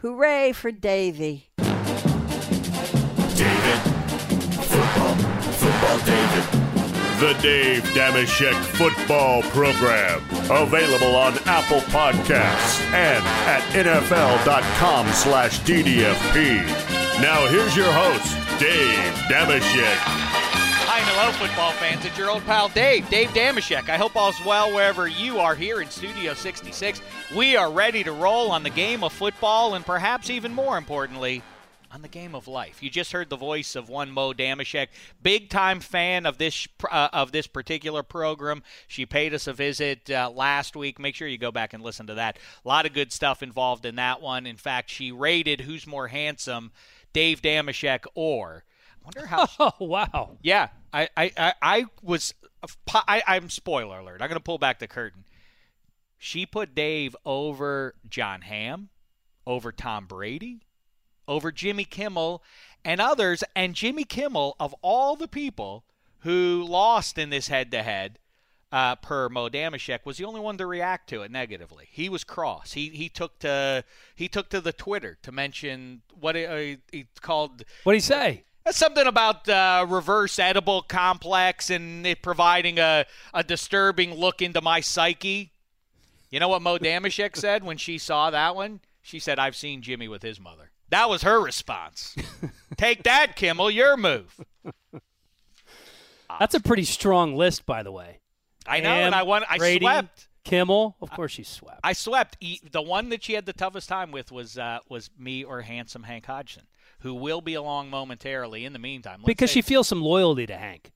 Hooray for Davy. David. Football. Football David. The Dave Damashek Football Program. Available on Apple Podcasts and at NFL.com slash DDFP. Now here's your host, Dave Damashek. Hi and hello, football fans. It's your old pal Dave, Dave Damashek. I hope all's well wherever you are here in Studio 66. We are ready to roll on the game of football and perhaps even more importantly, on the game of life. You just heard the voice of one Mo Damashek, big time fan of this uh, of this particular program. She paid us a visit uh, last week. Make sure you go back and listen to that. A lot of good stuff involved in that one. In fact, she rated who's more handsome, Dave Damashek or I wonder how Oh wow! yeah, I, I, I, I was. I, I'm spoiler alert. I'm going to pull back the curtain. She put Dave over John Hamm, over Tom Brady, over Jimmy Kimmel, and others. And Jimmy Kimmel, of all the people who lost in this head to head, uh, per Mo Damashek, was the only one to react to it negatively. He was cross. He he took to he took to the Twitter to mention what it, uh, he called What would he say? that's something about uh, reverse edible complex and it providing a, a disturbing look into my psyche. You know what Mo Damashek said when she saw that one? She said, I've seen Jimmy with his mother. That was her response. Take that, Kimmel, your move. That's a pretty strong list, by the way. Uh, I know, Ham, and I won. I Brady, swept. Kimmel, of course, she swept. I swept. E- The one that she had the toughest time with was uh, was me or handsome Hank Hodgson, who will be along momentarily. In the meantime, let's because say- she feels some loyalty to Hank.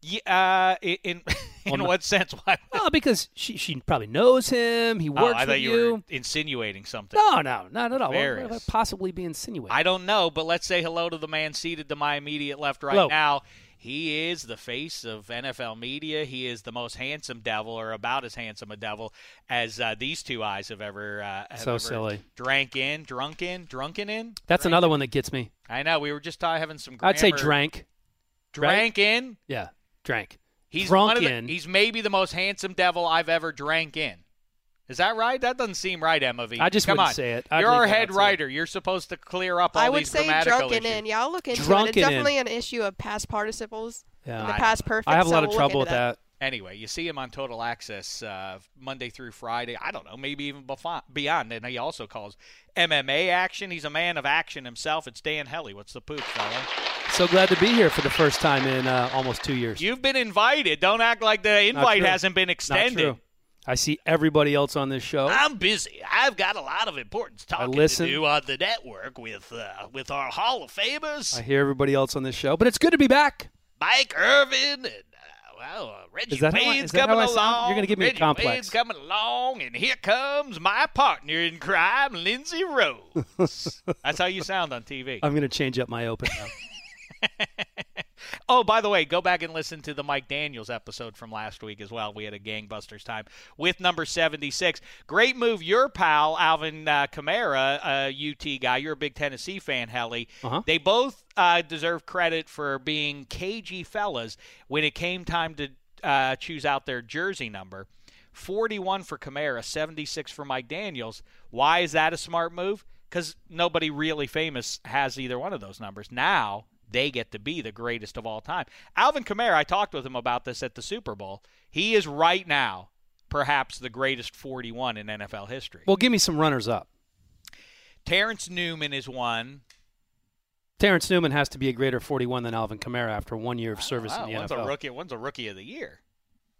yeah, uh, in in, in Well, no. what sense? Why? Oh, because she she probably knows him. He works oh, I with thought you. were insinuating something. No, no, not at all. What would I Various. possibly be insinuating? I don't know, but let's say hello to the man seated to my immediate left right Hello. now. He is the face of NFL media. He is the most handsome devil, or about as handsome a devil as uh, these two eyes have ever. Uh, have So ever silly. Drank in, drunk in, drunken in. That's another one that gets me. I know. We were just uh, having some. I'd say grammar- drank. Drank in. Yeah, drank. He's Drunk one of the- in. He's maybe the most handsome devil I've ever drank in. Is that right? That doesn't seem right, MV. I just Come wouldn't on. say it. I'd You're our leave that head outside. writer. You're supposed to clear up all I would these say grammatical drunken issues. in. Y'all look into it. Drunken in. It's definitely an issue of past participles. Yeah. The I- past perfect. I have a so lot of we'll look trouble into with that. Anyway, you see him on Total Access uh, Monday through Friday. I don't know, maybe even befo- beyond. And he also calls MMA action. He's a man of action himself. It's Dan Helly. What's the poop, fella? So glad to be here for the first time in uh, almost two years. You've been invited. Don't act like the Not invite true. hasn't been Not true. extended. Um, I see everybody else on this show. I'm busy. I've got a lot of importance talking Oh. listen. to do on the network with uh, with our Hall of Famers, I hear everybody else on this show, but it's good to be back. Mike Irvin, and uh, well, uh, Reggie Is that how I- Wayne's is that how coming I sound? along. You're gonna give me a Reggie complex. Wayne's coming along, and here comes my partner in crime, Lindsay Rose. That's how you sound on TV. I'm going to change up my open now. Oh, by the way, go back and listen to the Mike Daniels episode from last week as well. We had a gangbusters time with number 76. Great move, your pal, Alvin uh, Kamara, uh, UT guy. You're a big Tennessee fan, Helly. Uh-huh. They both uh, deserve credit for being cagey fellas when it came time to uh, choose out their jersey number. 41 for Kamara, 76 for Mike Daniels. Why is that a smart move? Because nobody really famous has either one of those numbers. Now they get to be the greatest of all time. Alvin Kamara, I talked with him about this at the Super Bowl. He is right now perhaps the greatest 41 in NFL history. Well, give me some runners up. Terrence Newman is one. Terrence Newman has to be a greater 41 than Alvin Kamara after one year of service Wow, in the one's NFL. a rookie. One's a rookie of the year.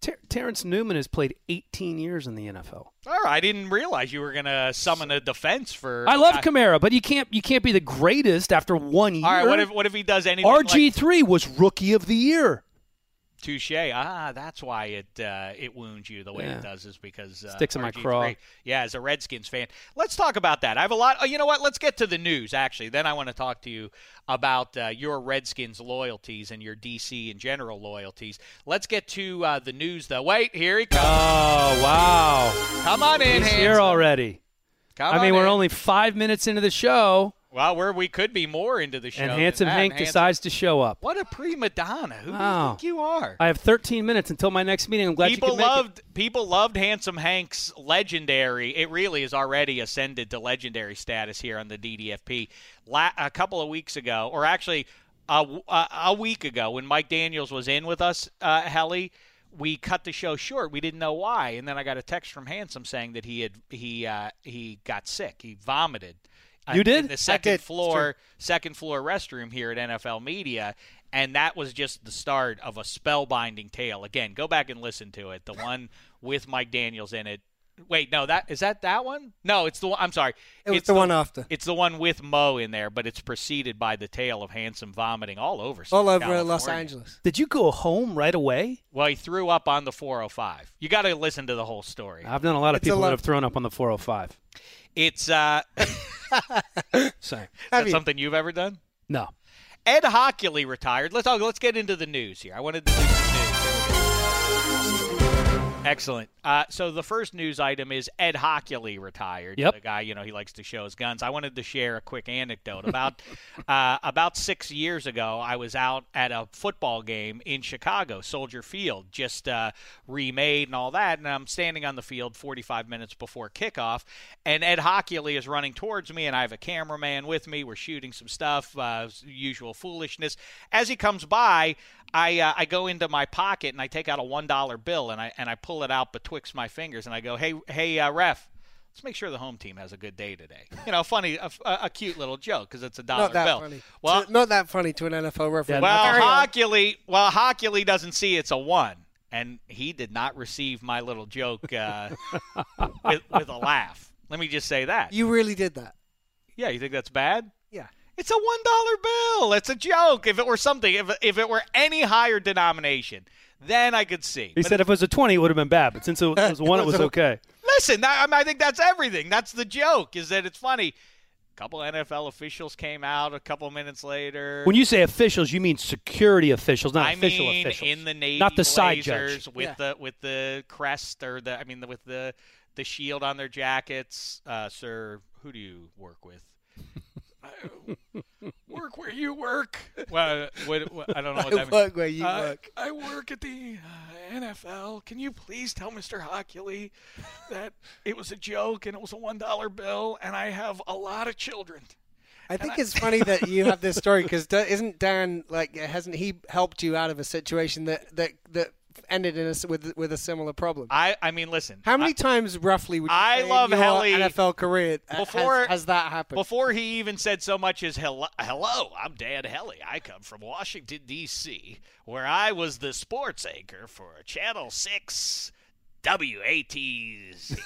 Ter- Terrence Newman has played 18 years in the NFL. All right, I didn't realize you were going to summon a defense for. I love Uh, Kamara, but you can't you can't be the greatest after one year. All right, what if what if he does anything? like- RG three was rookie of the year. Touche. Ah, that's why it uh, it wounds you the way Yeah. it does is because uh, Sticks in my RG3. craw. Yeah, as a Redskins fan, let's talk about that. I have a lot. Oh, you know what? Let's get to the news. Actually, then I want to talk to you about uh, your Redskins loyalties and your DC and general loyalties. Let's get to uh, the news though. Wait, here he comes. Oh wow, Come on in, he's here Hans. already. Come I mean, on we're in. only five minutes into the show, well, we're, we could be more into the show. and than handsome that. Hank Handsome- decides to show up. What a prima donna! Who Wow. do you think you are? I have 13 minutes until my next meeting. I'm glad you people can make loved people loved handsome hank's legendary it really is already ascended to legendary status here on the ddfp La- a couple of weeks ago or actually a, w- a- a week ago when mike daniels was in with us uh, helly we cut the show short we didn't know why and then i got a text from handsome saying that he had he uh, he got sick he vomited uh, You did? in I the second did. It's floor second floor restroom here at NFL Media, and that was just the start of a spellbinding tale. Again, go back and listen to it. The one with Mike Daniels in it. Wait, no, that is that that one? No, it's the one. I'm sorry. It was it's the one after. It's the one with Mo in there, but it's preceded by the tale of handsome vomiting all over All over California. Los Angeles. it. Did you go home right away? Well, he threw up on the 405. You got to listen to the whole story. I've known a lot of It's a people lot- that have thrown up on the 405. It's uh, Sorry. Have that's you? something you've ever done. No. Ed Hockley retired. Let's talk, let's get into the news here. I wanted to do some news. Here we go. Excellent. Uh, so the first news item is Ed Hockley retired. Yep. The guy, you know, he likes to show his guns. I wanted to share a quick anecdote about uh, about six years ago. I was out at a football game in Chicago, Soldier Field, just uh, remade and all that, and I'm standing on the field 45 minutes before kickoff, and Ed Hockley is running towards me, and I have a cameraman with me. We're shooting some stuff, uh, usual foolishness. As he comes by, I uh, I go into my pocket and I take out a one dollar bill and I and I pull it out betwixt my fingers and I go, hey hey uh, ref, let's make sure the home team has a good day today. You know, funny, a, a- a cute little joke because it's a dollar Not that bill. funny. Well, To- not that funny to an NFL referee. well, Carry on. Hockley, well, Hockley doesn't see it's a one, and he did not receive my little joke uh, with, with a laugh. Let me just say that. you really did that. yeah, you think that's bad? Yeah. It's a one dollar bill. It's a joke. If it were something, if if it were any higher denomination, then I could see. He But said if it was a 20, it would have been bad, but since it was one, it was okay. Listen, that, I, mean, I think that's everything. That's the joke is that it's funny. A couple NFL officials came out a couple minutes later. When you say officials, you mean security officials, not I official mean, officials. in the navy, not the side Blazers judge. with Yeah. the with the crest or the I mean the, with the the shield on their jackets. Uh, sir, who do you work with? work where you work. Well, what, what, I don't know what that I means. work where you work. I work at the uh, NFL. Can you please tell Mr. Hockley that it was a joke and it was a one dollar bill, and I have a lot of children. I think it's funny that you have this story because isn't Dan like hasn't he helped you out of a situation that that that ended in a s with with a similar problem? I I mean, listen. How many times roughly would you I say in love your Helly- NFL career uh, has- Before- has, that happened? Before he even said so much as hello, hello, I'm Dan Helly. I come from Washington D.C., where I was the sports anchor for Channel Six WATs,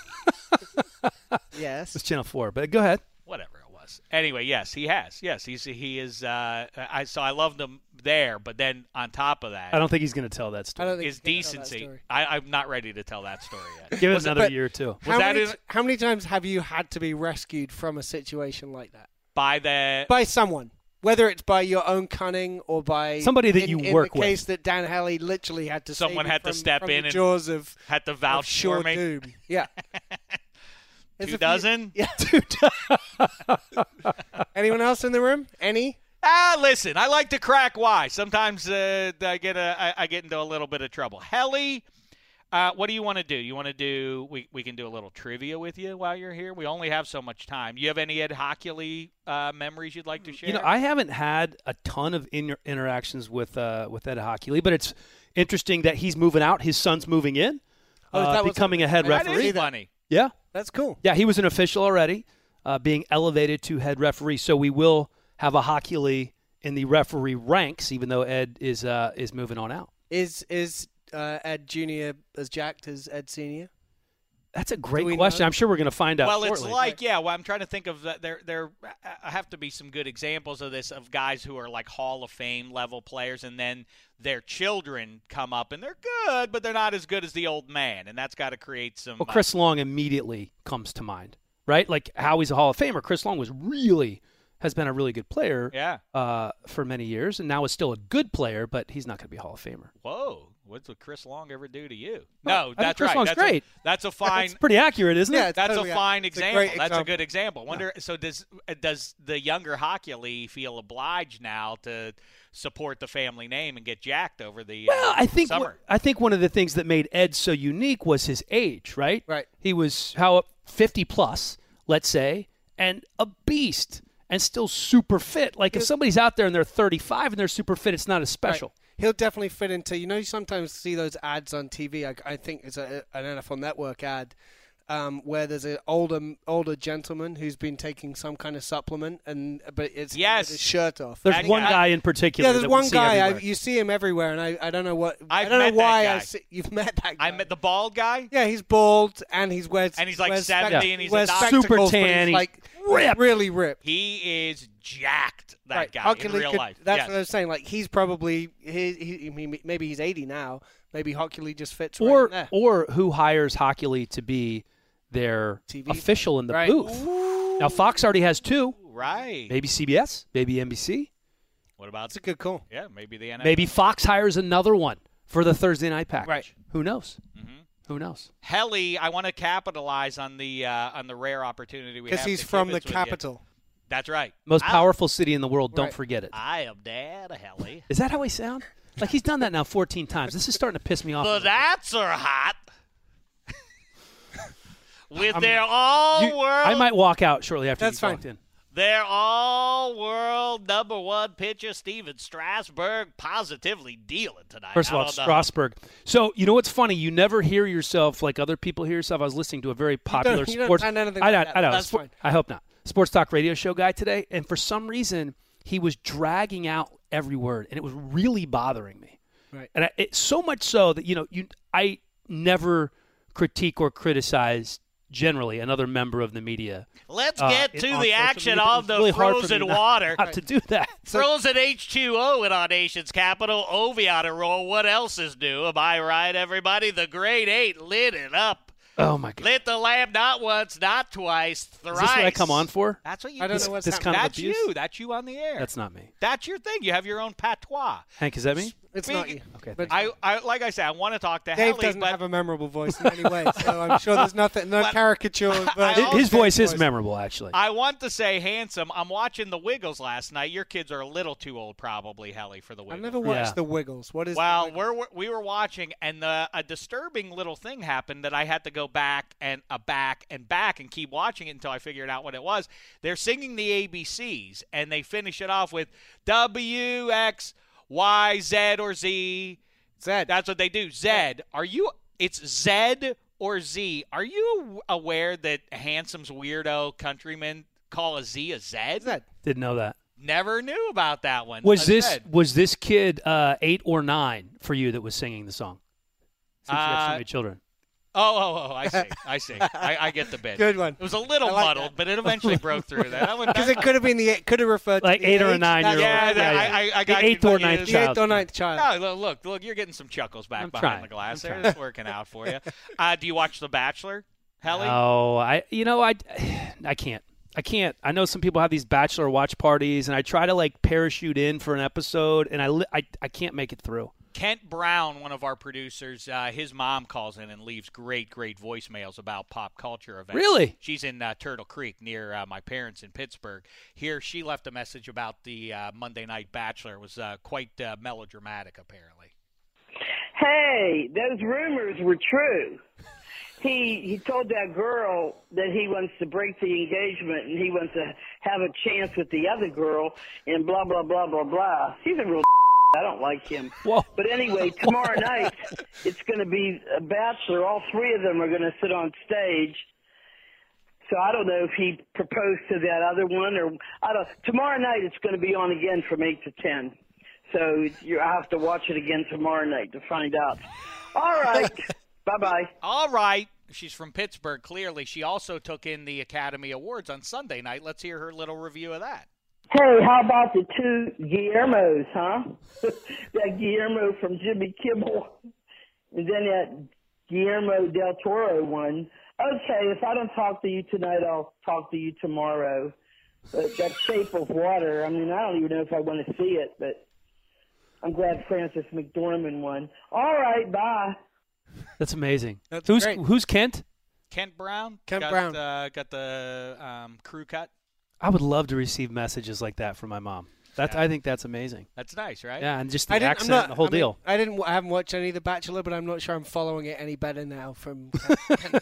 yes. It's Channel 4, but go ahead. whatever it was. Anyway, yes, he has. Yes, he's he is. Uh, I so I loved him there, but then on top of that, I don't think he's going to tell that I story. don't think is you can tell that decency. story. I, I'm not ready to tell that story yet. Give it Was it- another but- year or two. Was how, that many, in- t- how many times have you had to be rescued from a situation like that By the by someone? Whether it's by your own cunning or by Somebody that in- you in work the with. case that Dan Halley literally had to save Someone him had to from- step from in the and- jaws of Had to of vouch sure for me. doom. Yeah, There's Two a few- dozen? yeah, Anyone else in the room? Any? Ah, listen, I like to crack wise. Sometimes uh, I get a, I, I get into a little bit of trouble. Helly, uh, what do you want to do? You want to do? We, we can do a little trivia with you while you're here. We only have so much time. You have any Ed Hockley uh, memories you'd like to share? You know, I haven't had a ton of inter- interactions with uh, with Ed Hockley, but it's interesting that he's moving out. His son's moving in, Oh, uh, that was- becoming a head I didn't that referee. is funny. Yeah, That's cool. yeah, he was an official already, uh, being elevated to head referee. So we will have a Hockley in the referee ranks, even though Ed is uh, is moving on out. Is is uh, Ed Junior as jacked as Ed Senior? That's a we great know? question. I'm sure we're going to find out. well, it's shortly. like yeah. Well, I'm trying to think of that. There, there I- I have to be some good examples of this of guys who are like Hall of Fame level players, and then their children come up and they're good, but they're not as good as the old man, and that's got to create some. Well, uh, Chris Long immediately comes to mind, right? Like how he's a Hall of Famer. Chris Long was really has been a really good player yeah. uh, for many years, and now is still a good player, but he's not going to be a Hall of Famer. Whoa, what did Chris Long ever do to you? Well, No, I think that's Chris right. Long's that's great. A, that's a fine. It's pretty accurate, isn't Yeah, it? it's That's a totally- fine it's a example. great That's a example. good example. Wonder so does uh, does the younger Hockley feel obliged now to support the family name and get jacked over the Well, uh, I think summer? I think one of the things that made Ed so unique was his age, right? Right. He was how 50 plus, let's say, and a beast and still super fit. Like if somebody's out there and they're 35 and they're super fit, it's not as special. He'll definitely fit into. You know, you sometimes see those ads on TV. I, I think it's a, an NFL Network ad um, where there's an older older gentleman who's been taking some kind of supplement, and but it's with Yes. his shirt off. There's And one I- guy in particular. yeah, there's that we one see guy. I, everywhere. you see him everywhere, and I, I don't know what I've I don't met know why that guy. I see, you've met that guy. I met the bald guy. yeah, he's bald and he's wears And he's like wears 70 spec- and he's a wears doctor. Super spectacles, but tan, He's he's like ripped. really ripped. He is jacked. That Right, guy Hockley in real could- life. That's Yes. what I was saying. Like he's probably he, he, I mean, maybe he's eighty now. Maybe Hockley just fits right or in there. or who hires Hockley to be their TV. official in the Right. booth? Now Fox already has two. right. Maybe CBS, maybe NBC, What about That's a good call. yeah? Maybe the NFL. maybe Fox hires another one for the Thursday night package. Right. Mm-hmm. Who knows? Who knows? Helly, I want to capitalize on the uh, on the rare opportunity we have. Because he's to from the kibitz with you. capital. That's right. Most I- powerful city in the world. Don't Right. forget it. Is I am Dad Helly. that how I sound? Like he's done that now 14 times. This is starting to piss me off. a the little bit. Nats are hot. With their all You- world, I might walk out shortly after That's you fine. walked in. their all world number one pitcher Steven Strasburg positively dealing tonight. First of I all, don't it's know. Strasburg. So you know what's funny? You never hear yourself like other people hear yourself. I was listening to a very popular you don't sports. sound anything I like know. that. I know. That's Spo- fine. I hope not. Sports talk radio show guy today, and for some reason he was dragging out every word, and it was really bothering me. Right. And I, it, so much so that you know you I never critique or criticize generally another member of the media. Let's uh, get in- to on the social action media, but of it's the really hard for me frozen not- water. Not to do that. Frozen H2O in our nation's capital. Ovi on a roll. What else is new? Am I right, everybody? The grade eight lit it up. Oh my god. Lit the lamp not once, not twice, thrice. Is this what I come on for? That's what you I don't do. know what's this happening. kind That's of abuse. you. That's you on the air. That's not me. That's your thing. You have your own patois. Hank, is that me? It's not you. Okay, But I, I like I said, I want to talk to Dave Hallie, doesn't but have a memorable voice in any way, so I'm sure there's nothing, no caricature. version I of uh, His- His Dave's voice is memorable, actually. I want to say handsome. I'm watching The Wiggles last night. Your kids are a little too old, probably, Hallie, for The I've Wiggles. never watched Yeah. The Wiggles. What is? Well, The Wiggles? we're, we're- we were watching, and the, a disturbing little thing happened that I had to go back and uh, back and back and keep watching it until I figured out what it was. They're singing the ABCs, and they finish it off with W X Y Z or Z. Zed. That's what they do. Zed. Are you? It's Zed or Z. Are you aware that handsome's weirdo countrymen call a Z a Zed? Zed. Didn't know that. Never knew about that one. Was A this Zed. was this kid uh, eight or nine for you that was singing the song? Since you have Uh, so many children. Oh, oh, oh! I see. I see. I, I get the bit. Good one. It was a little I like muddled, that. but it eventually broke through. That I went Because back. it could have been the it could have referred to Like the eight or a age. nine year That's old. Yeah, right. I- I- I The got eighth or confused. ninth the child. eighth or ninth child. No, look, look, look! You're getting some chuckles back I'm behind trying. the glass. I'm There, it's working out for you. Uh, do you watch The Bachelor, Helly? Oh, I you know I I can't. I can't. I know some people have these bachelor watch parties, and I try to like parachute in for an episode, and I li- I, I can't make it through. Kent Brown, one of our producers, uh, his mom calls in and leaves great, great voicemails about pop culture events. Really? She's in uh, Turtle Creek near uh, my parents in Pittsburgh. Here, she left a message about the uh, Monday Night Bachelor. It was uh, quite uh, melodramatic, apparently. Hey, those rumors were true. He he told that girl that he wants to break the engagement and he wants to have a chance with the other girl and blah blah blah blah blah. He's a real I don't like him. But anyway, tomorrow night it's going to be a bachelor. All three of them are going to sit on stage. So I don't know if he proposed to that other one or I don't. Tomorrow night it's going to be on again from eight to ten. So you I have to watch it again tomorrow night to find out. All right. bye bye. All right. She's from Pittsburgh, clearly. She also took in the Academy Awards on Sunday night. Let's hear her little review of that. Hey, how about the two Guillermos, huh? that Guillermo from Jimmy Kimmel, and then that Guillermo del Toro one. Okay, if I don't talk to you tonight, I'll talk to you tomorrow. But that shape of water, I mean, I don't even know if I want to see it, but I'm glad Francis McDormand won. All right, bye. That's amazing. who's great. who's Kent? Kent Brown. Kent got, Brown. Uh, got the um, crew cut. I would love to receive messages like that from my mom. That I think that's amazing. That's nice, right? Yeah, and just the I didn't, I'm accent, not- and the whole I mean, deal. I didn't. I haven't watched any of The Bachelor, but I'm not sure I'm following it any better now from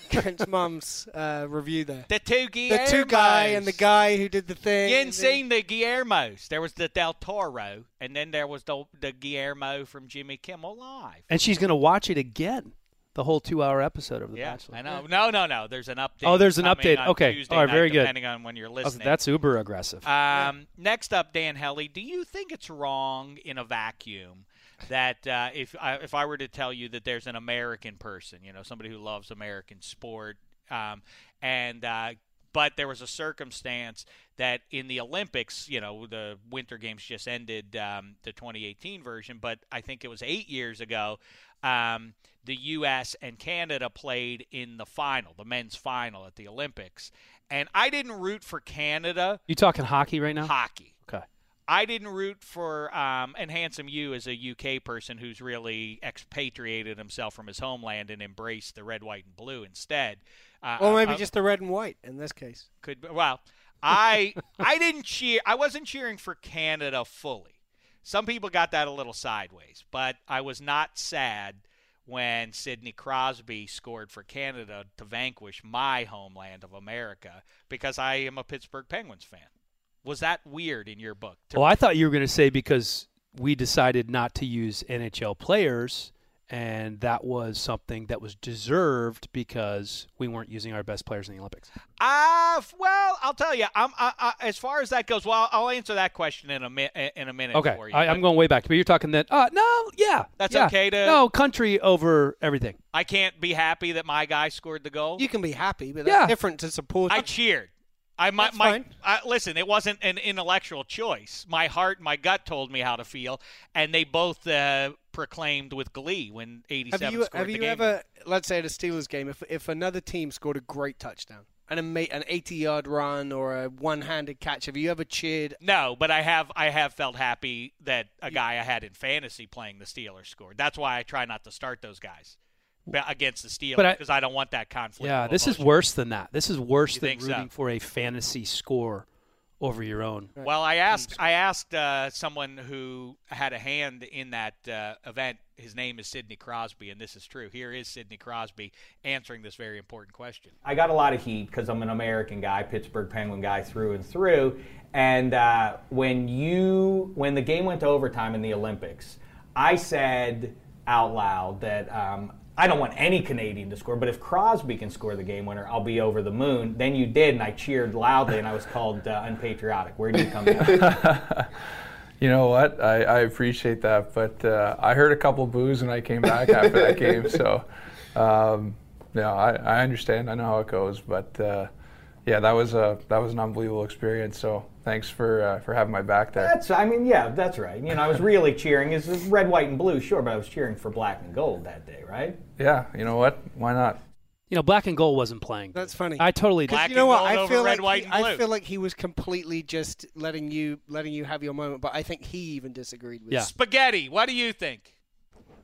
Kent's mum's uh, review there. The two Guillermos. The two guy and the guy who did the thing. You and ain't the- seen the Guillermos. There was the Del Toro, and then there was the, the Guillermo from Jimmy Kimmel Live. And she's gonna watch it again, the whole two-hour episode of The yeah, Bachelor. I know. No, no, no. There's an update. Oh, there's an coming update. on Okay. Tuesday All right, night, very good. Depending on when you're I was- listening. That's uber aggressive. Uh, Um, next up, Dan Helly. Do you think it's wrong in a vacuum that uh, if I, if I were to tell you that there's an American person, you know, somebody who loves American sport, um, and uh, but there was a circumstance that in the Olympics, you know, the Winter Games just ended, um, the 2018 version, but I think it was eight years ago. Um, the U.S. and Canada played in the final, the men's final at the Olympics. And I didn't root for Canada you talking hockey right now? hockey. Okay. I didn't root for um, and handsome you as a UK person who's really expatriated himself from his homeland and embraced the red, white, and blue instead. Uh, Or maybe uh, just the red and white in this case. could be- well, I I didn't cheer. I wasn't cheering for Canada fully. Some people got that a little sideways, but I was not sad when Sidney Crosby scored for Canada to vanquish my homeland of America because I am a Pittsburgh Penguins fan. Was that weird in your book? to Well, Oh, I thought you were going to say because we decided not to use NHL players, and that was something that was deserved because we weren't using our best players in the Olympics. Uh, f- well, I'll tell you. I'm I, I, as far as that goes. Well, I'll answer that question in a mi- in a minute. Okay, for you, I, but I'm going way back, but you're talking that. Uh, no, yeah, That's yeah. okay to- no country over everything. I can't be happy that my guy scored the goal. You can be happy, but Yeah. that's different to support. I cheered. I my, That's my fine. I, listen. It wasn't an intellectual choice. My heart, my gut told me how to feel, and they both uh, proclaimed with glee when 87 have you scored have the you game. ever let's say at a Steelers game if if another team scored a great touchdown and a ma- an 80 yard run or a one handed catch have you ever cheered No, but I have I have felt happy that a guy I had in fantasy playing the Steelers scored. That's why I try not to start those guys ba- against the Steelers I- because I, don't want that conflict. yeah, of this is emotion. worse than that. This is worse You than think so? rooting for a fantasy score over your own. Well, I asked I asked uh, someone who had a hand in that uh, event. His name is Sidney Crosby, and this is true. Here is Sidney Crosby answering this very important question. I got a lot of heat because I'm an American guy, Pittsburgh Penguin guy through and through. And uh, when you, when the game went to overtime in the Olympics, I said out loud that um, I don't want any Canadian to score, but if Crosby can score the game winner, I'll be over the moon. Then you did, and I cheered loudly, and I was called uh, unpatriotic. Where do you come down? You know what? I, I appreciate that, but uh, I heard a couple boos when I came back after that game. So, um, yeah, I, I understand. I know how it goes, but uh, yeah, that was a that was an unbelievable experience. So, thanks for uh, for having my back there. That's, I mean, yeah, that's right. You know, I was really cheering. It's red, white, and blue, sure, but I was cheering for black and gold that day, right? yeah, you know what? Why not? You know, black and gold wasn't playing. That's funny. I totally Because did. You know what? I feel like he, I feel like he was completely just letting you letting you have your moment, but I think he even disagreed with. you. Spaghetti, what do you think?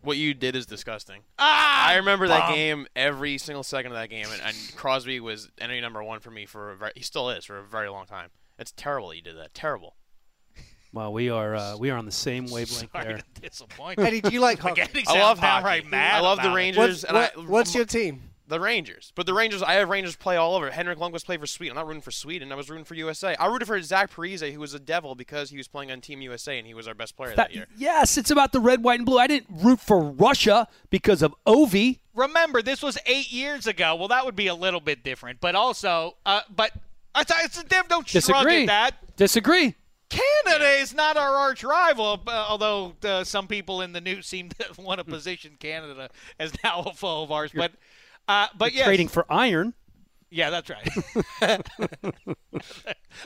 What you did is disgusting. Ah, I remember that bum. game, every single second of that game, and, and Crosby was enemy number one for me for a very, he still is for a very long time. It's terrible that you did that. Terrible. Well, we are uh, we are on the same wavelength Sorry there. to disappoint Eddie, do you like hockey? Spaghetti I love sounds hockey. downright mad I love about the it. Rangers. What's- and I, what- what's your team? The Rangers. But the Rangers, I have Rangers play all over. Henrik Lundqvist played for Sweden. I'm not rooting for Sweden. I was rooting for USA. I rooted for Zach Parise, who was a devil because he was playing on Team USA and he was our best player that, That- year. yes, it's about the red, white, and blue. I didn't root for Russia because of Ovi. Remember, this was eight years ago. Well, that would be a little bit different, but also, uh, but it's, it's a div. Don't shrug Disagree. at that. Disagree. Canada is not our arch rival, uh, although uh, some people in the news seem to want to Hmm. position Canada as now a foe of ours. But, uh, but yes, Trading for iron. yeah, that's right.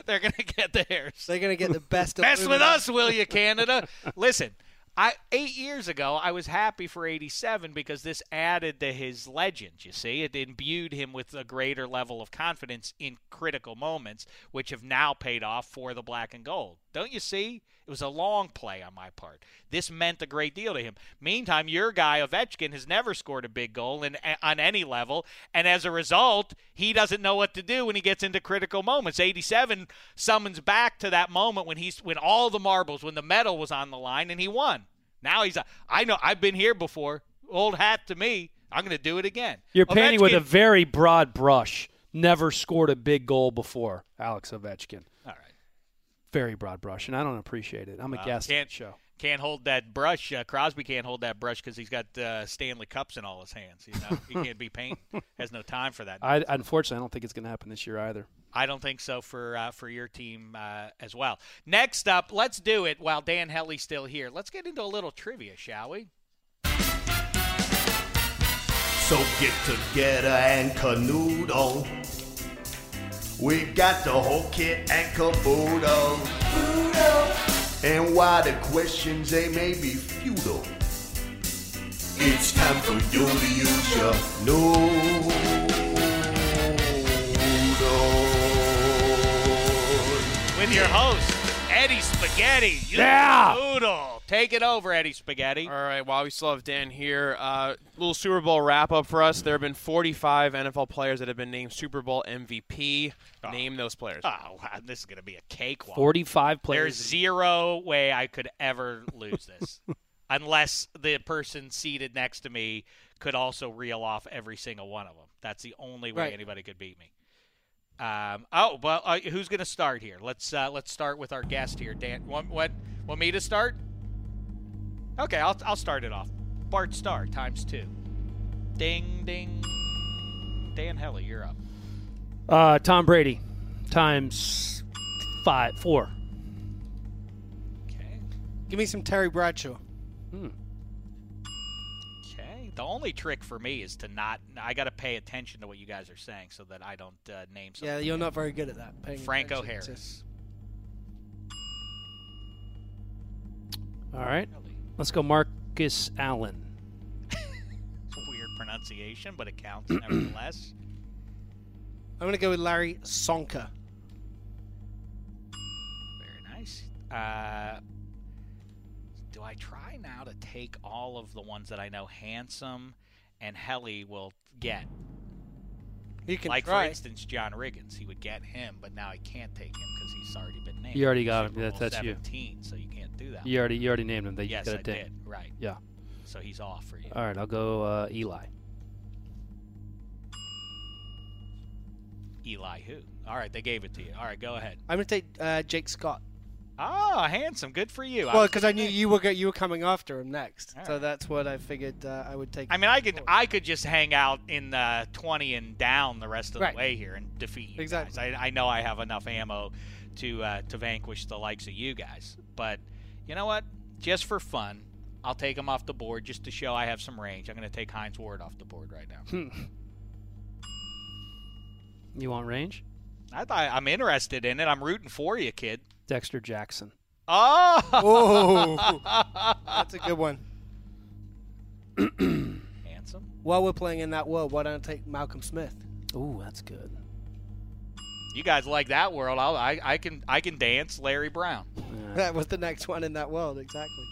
They're gonna get theirs. They're gonna get the best. of Mess with Uber. us, will you, Canada? Listen, I eight years ago I was happy for '87 because this added to his legend. You see, it imbued him with a greater level of confidence in critical moments, which have now paid off for the black and gold. Don't you see? It was a long play on my part. This meant a great deal to him. Meantime, your guy Ovechkin has never scored a big goal in, on any level, and as a result, he doesn't know what to do when he gets into critical moments. 87 summons back to that moment when he's when all the marbles, when the medal was on the line, and he won. Now he's a, I know I've been here before. Old hat to me. I'm going to do it again. You're painting with a Ovechkin- very broad brush. Never scored a big goal before, Alex Ovechkin. All right. Very broad brush, and I don't appreciate it. I'm a Uh, Well, guest. Can't Can't hold that brush. Uh, Crosby can't hold that brush because he's got uh, Stanley Cups in all his hands. You know, he can't be paint. Has no time for that. I unfortunately I don't think it's going to happen this year either. I don't think so for uh, for your team uh, as well. Next up, let's do it while Dan Helly's still here. Let's get into a little trivia, shall we? So get together and canoodle. We've got the whole kit and caboodle. And while the questions they may be futile, it's time for you to use your noodle. With your host, Eddie Spaghetti. You Yeah. Noodle. Take it over, Eddie Spaghetti. All right, while we still have Dan here, uh, little Super Bowl wrap up for us. There have been 45 NFL players that have been named Super Bowl MVP. Name those players. Oh, wow, this is going to be a cakewalk. 45 There's players. zero way I could ever lose this. Unless the person seated next to me could also reel off every single one of them. That's the only way Right. anybody could beat me. Um, oh well, uh, who's going to start here? Let's uh, let's start with our guest here, Dan. Want, what want me to start? Okay, I'll I'll start it off. Bart Starr times two. Ding ding. Dan Helly, you're up. Uh, Tom Brady times five, four. Give me some Terry Bradshaw. Okay. The only trick for me is to not. I got to pay attention to what you guys are saying so that I don't uh, name something. Yeah, you're not very good at that. paying Franco attention to- Harris. All right. Let's go Marcus Allen. It's a weird pronunciation, but it counts nevertheless. I'm gonna go with Larry Sonka. Very nice. Uh, do I try now to take all of the ones that I know handsome and Helly will get? You can like, try. for instance, John Riggins. He would get him, but now I can't take him because he's already been named. You already for got Super him. That- Bowl that's you. 17, so you can't do that. You already you already named him. They yes, got a I ding. did. Right. Yeah. So he's off for you. All right. I'll go uh, Eli. Eli who? All right, they gave it to you. All right, go ahead. I'm gonna take uh, Jake Scott. Ah, handsome. Good for you. Well, because I knew you were go- you were coming after him next, so right. that's what I figured uh, I would take. I mean, I could I could just hang out in the 20 and down the rest of Right. the way here and defeat you exactly. guys. I, I know I have enough ammo to uh, to vanquish the likes of you guys. But you know what? Just for fun, I'll take him off the board just to show I have some range. I'm going to take Heinz Ward off the board right now. You want range? I thought I'm interested in it. I'm rooting for you, kid. Dexter Jackson. Oh, Oh, that's a good one. Ransom. While we're playing in that world, why don't I take Malcolm Smith? Ooh, that's good. You guys like that world? I'll, I I can I can dance Larry Brown. That was the next one in that world, exactly.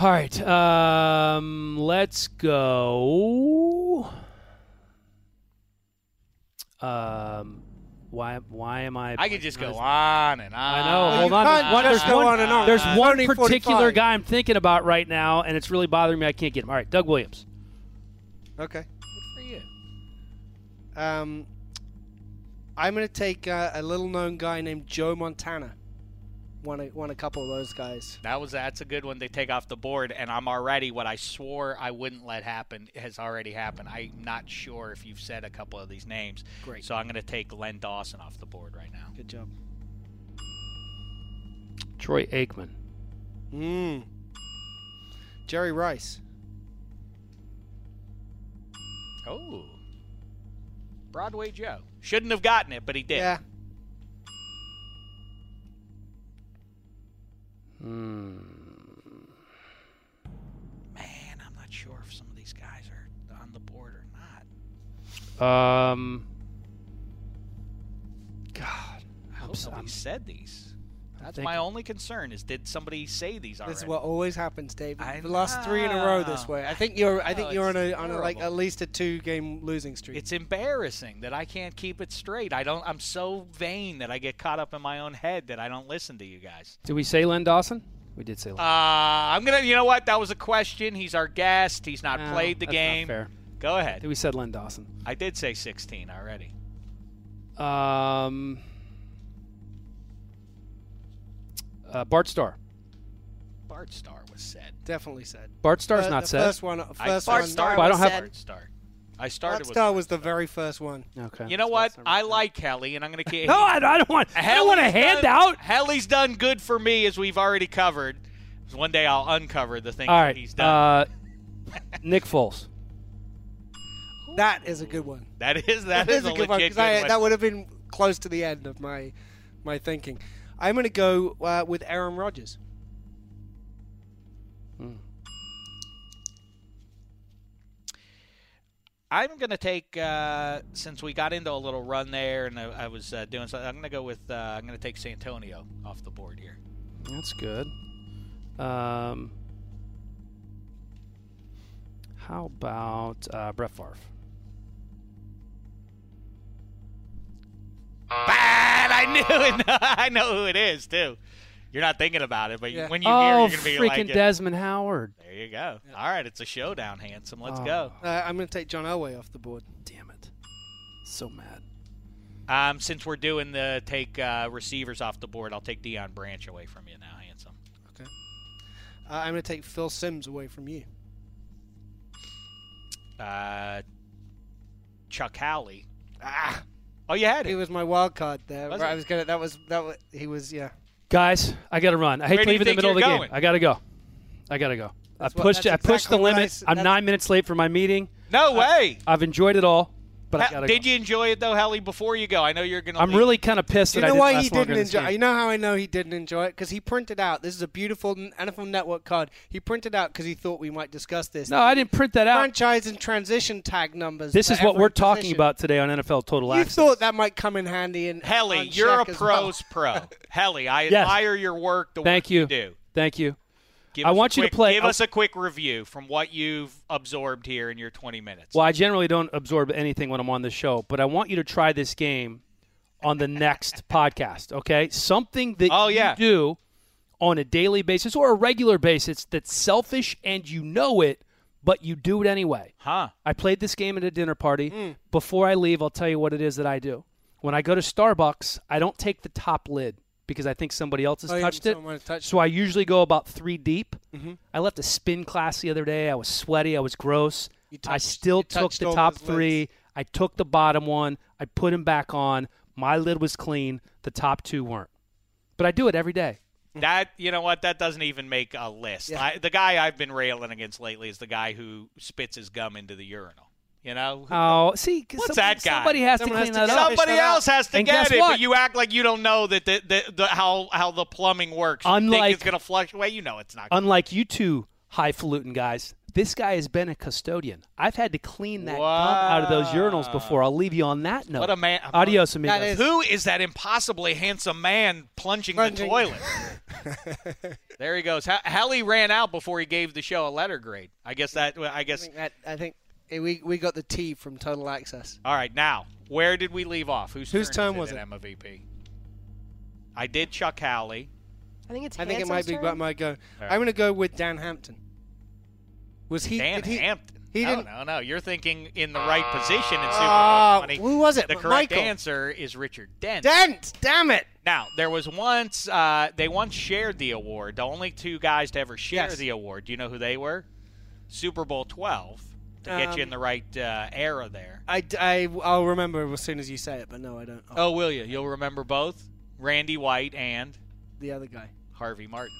All right, um, let's go. Um, why? Why am I? I could just go on and on. I know. Hold You on. can't One- just there's go one, on and on. There's It's one only particular 45. guy I'm thinking about right now, and it's really bothering me. I can't get him. All right, Doug Williams. Okay. Good for you. Um, I'm going to take uh, a little known guy named Joe Montana. Won a, won a couple of those guys. That was that's a good one to take off the board, and I'm already what I swore I wouldn't let happen has already happened. I'm not sure if you've said a couple of these names. Great. So I'm going to take Len Dawson off the board right now. Good job. Troy Aikman. Mm. Jerry Rice. Oh, Broadway Joe shouldn't have gotten it, but he did. Yeah. Hmm. Man, I'm not sure if some of these guys are on the board or not. Um. I hope somebody said these. That's thinking. my only concern is did somebody say these already? This is what always happens, Dave. The last three in a row this way. I think you're. I know, Oh, think you're on it's a on a, like terrible. at least a two game losing streak. It's embarrassing that I can't keep it straight. I don't. I'm so vain that I get caught up in my own head that I don't listen to you guys. Did we say Len Dawson? We did say Len. Uh, I'm gonna. You know what? That was a question. He's our guest. He's not No, played the that's not game. fair. Go ahead. we said Len Dawson. I did say 16 already. Um. Uh, Bart Starr. Bart Star was said. Definitely said. Bart Starr's Uh, not the said. First one. First I- one. Bart Starr But I was don't have- said. Bart Starr. I started Bart with Starr was the very first one. Okay. You know what? I like Helly, and I'm going to get. No, I, I don't want. I don't want a handout. Helly's done good for me, as we've already covered. One day I'll uncover the thing All that right. he's done. Uh, Nick Foles. That is a good one. that is that, that is, a good one legit 'cause I- good that would have been close to the end of my my thinking. I'm going to go uh, with Aaron Rodgers. I'm going to take uh, since we got into a little run there, and I, I was uh, doing something. I'm going to go with uh, I'm going to take Santonio off the board here. That's good. Um, how about uh, Brett Favre? Bad. I knew it. I know who it is too. You're not thinking about it, but you when you hear, oh, you're going to be freaking like, Desmond Howard. "There you go." All right, it's a showdown, handsome. Let's Oh. go. Uh, I'm going to take John Elway off the board. Damn it! So mad. Oh. Um, since we're doing the take uh, receivers off the board, I'll take Dion Branch away from you now, handsome. Okay. Uh, I'm going to take Phil Sims away from you. Uh, Chuck Howley. Ah, oh, you had it. He was my wild card there. Was Right, it? I was going to. That was that. Was, he was yeah. Guys, I gotta run. I hate Where to do you leave in the think middle of the you're game. going? I gotta go. I gotta go. That's I what- pushed. that's I pushed exactly the what I limit. s- I'm that's- nine minutes late for my meeting. No way. I've enjoyed it all, but I Ha- gotta did go. you enjoy it though, Howley? Before you go, I know you're gonna. I'm leave. really kind of pissed Do that you know I didn't why last he longer didn't in this enjoy? game. You know how I know he didn't enjoy it because he printed out. This is a beautiful n- NFL Network card. He printed out because he thought we might discuss this. No, I didn't print that out. Franchise and transition tag numbers. This for is what every we're talking position. about today on NFL Total You Access. thought that might come in handy and Helly, you're a pro's pro. Helly, I Yes. admire your work. The Thank work you. do. Thank you. Give I us a want you to quick- play- Give I- us a quick review from what you've absorbed here in your 20 minutes. Well, I generally don't absorb anything when I'm on the show, but I want you to try this game on the next podcast, okay? Something that Oh, yeah. you do on a daily basis or a regular basis that's selfish and you know it, but you do it anyway. Huh. Mm. I played this game at a dinner party. Before I leave, I'll tell you what it is that I do. When I go to Starbucks, I don't take the top lid because I think somebody else has Oh, yeah, touched it. someone touched so I usually go about three deep. Mm-hmm. Mhm. I left a spin class the other day. I was sweaty. I was gross. I touched- still you took touched the all top those lids. three. I took the bottom one. I put him back on. My lid was clean. The top two weren't. But I do it every day. That you know what? That doesn't even make a list. Yeah. I, the guy I've been railing against lately is the guy who spits his gum into the urinal. You know, Who- Oh, see, 'cause What's somebody, that guy? somebody has to clean that up. Somebody else has to And get guess it, what? but you act like you don't know that the, the, the how how the plumbing works. You think Unlike- it's going to flush. Well, you know it's not. gonna unlike you two highfalutin guys. This guy has been a custodian. I've had to clean that gum out of those urinals before. I'll leave you on that note. What a man! Adios, amigos. Who is that impossibly handsome man plunging, the toilet? there he goes. Ha- Hallie ran out before he gave the show a letter grade. I guess that. well, I guess. That, I think eh, we we got the T from Total Access. All right, now where did we leave off? Whose, Whose turn, turn was is it? it? Emma VP. I did Chuck Hallie. I think it's. I think it might be Hanson's turn. my go. right. I'm going to go with Dan Hampton. Was he Dan did he, Hampton? He no, didn't. no, no. You're thinking in the right position in Super Ah, Bowl 20. who was it? The correct Michael. answer is Richard Dent. Dent, damn it! Now there was once uh, they once shared the award. The only two guys to ever share Yes. the award. Do you know who they were? Super Bowl 12 to get Um, you in the right uh, era there. I, I I'll remember as soon as you say it, but no, I don't. Oh, will you? You'll remember both Randy White and The other guy. Harvey Martin.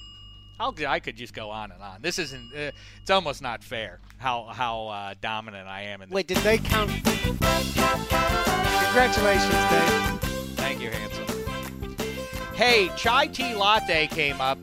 I'll, I could just go on and on. This isn't. Uh, it's almost not fair how how uh, dominant I am in this. Wait, did they count? Congratulations, Dave. Thank you, handsome. Hey, chai tea latte came up.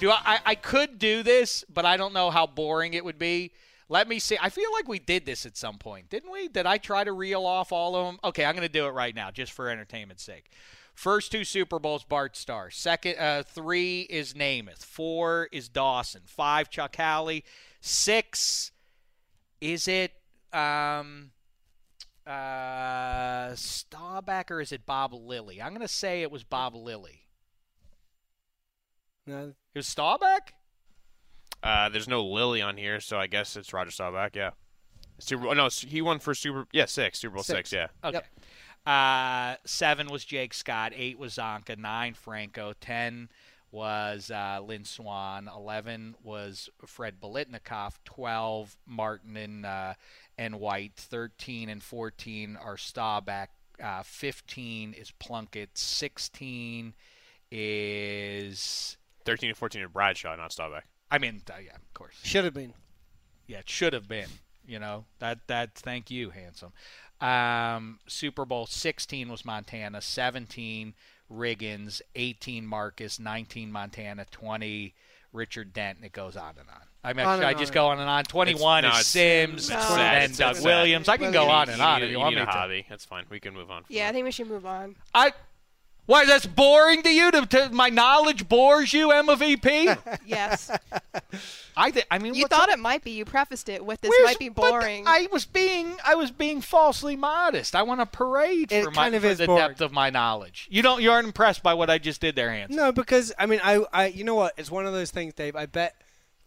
Do I, I? I could do this, but I don't know how boring it would be. Let me see. I feel like we did this at some point, didn't we? Did I try to reel off all of them? Okay, I'm going to do it right now, just for entertainment's sake. First two Super Bowls, Bart Starr. Second, uh, three is Namath. Four is Dawson. Five, Chuck Howley. Six, is it um, uh, Staubach or is it Bob Lilly? I'm going to say it was Bob Lilly. No. It was Staubach? Uh, there's no Lily on here, so I guess it's Roger Staubach. Yeah. Super Bowl. No, he won for Super. Yeah, six. Super Bowl six. yeah. Okay. Uh, seven was Jake Scott. Eight was Zonka. Nine, Franco. Ten was uh, Lynn Swan. Eleven was Fred Belitnikoff. Twelve, Martin and, uh, and White. Thirteen and fourteen are Staubach. Uh, Fifteen is Plunkett. Sixteen is. Thirteen and fourteen are Bradshaw, not Staubach. I mean, uh, yeah, of course. Should have been. Yeah, it should have been. You know that that. Thank you, handsome. Um, Super Bowl 16 was Montana, 17 Riggins, 18 Marcus, 19 Montana, 20 Richard Dent, and it goes on and on. I mean, On should and I on. just go on and on? 21 It's- no, is it's- Sims, it's and sad. then It's Doug sad. Williams. I can go on and on if you want need me a to. hobby. That's fine. We can move on. Yeah, I think we should move on. I. Why that's boring to you? To, to my knowledge bores you, Emma VP. Yes. I thi- I mean, you what's thought up- it might be. You prefaced it with this Where's- might be but th- boring. I was being I was being falsely modest. I want a parade It for, my, kind of for is the boring. depth of my knowledge. You don't you aren't impressed by what I just did there, Hans. No, because I mean, I, I, you know what? It's one of those things, Dave. I bet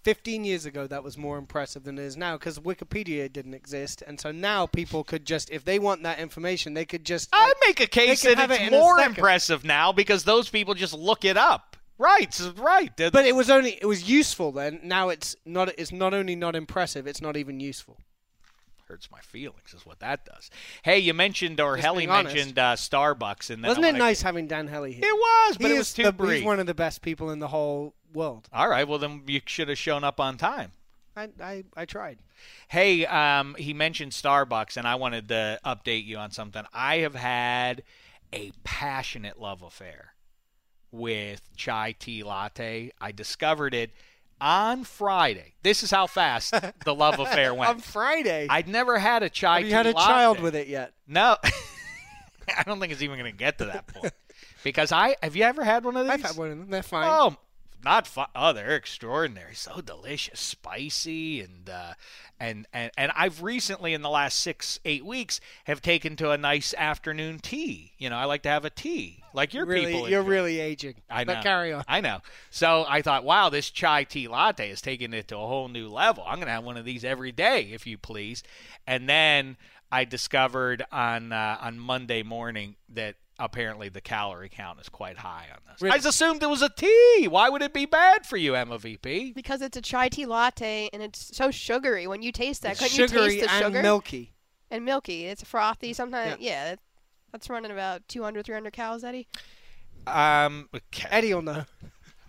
15 years ago that was more impressive than it is now because Wikipedia didn't exist, and so now people could just, if they want that information, they could just. I make a case could that have it's it in a more second. impressive now because those people just look it up. Right, s- right. But it was only it was useful then. Now it's not. It's not only not impressive. It's not even useful. Hurts my feelings is what that does. Hey, you mentioned or Just Helly being honest. mentioned uh, Starbucks and then I Wasn't it wanna- nice having Dan Helly here? It was, but He it is was too the, brief. He's one of the best people in the whole world. All right, well then you should have shown up on time. I I, I tried. Hey, um, he mentioned Starbucks, and I wanted to update you on something. I have had a passionate love affair with chai tea latte. I discovered it on Friday. This is how fast the love affair went. on Friday. I'd never had a chai Have you tea had a latte. child with it yet? No, I don't think it's even going to get to that point because I have you ever had one of these? I've had one of them. They're fine. Oh, not fun. Oh, they're extraordinary. So delicious, spicy, and uh, and and and I've recently in the last six eight weeks have taken to a nice afternoon tea. You know, I like to have a tea like your really, people. You're enjoy. really aging. I know. But carry on. I know. So I thought, wow, this chai tea latte is taking it to a whole new level. I'm going to have one of these every day, if you please. And then I discovered on uh, on Monday morning that apparently the calorie count is quite high on this. I just assumed it was a tea. Why would it be bad for you, Emma VP? because it's a chai tea latte and it's so sugary. When you taste that, couldn't Sugary you taste the and sugar? milky. And milky. It's frothy. Sometimes, yeah. that- that's running about 200, 300 cows, Eddie. Um, Eddie will know.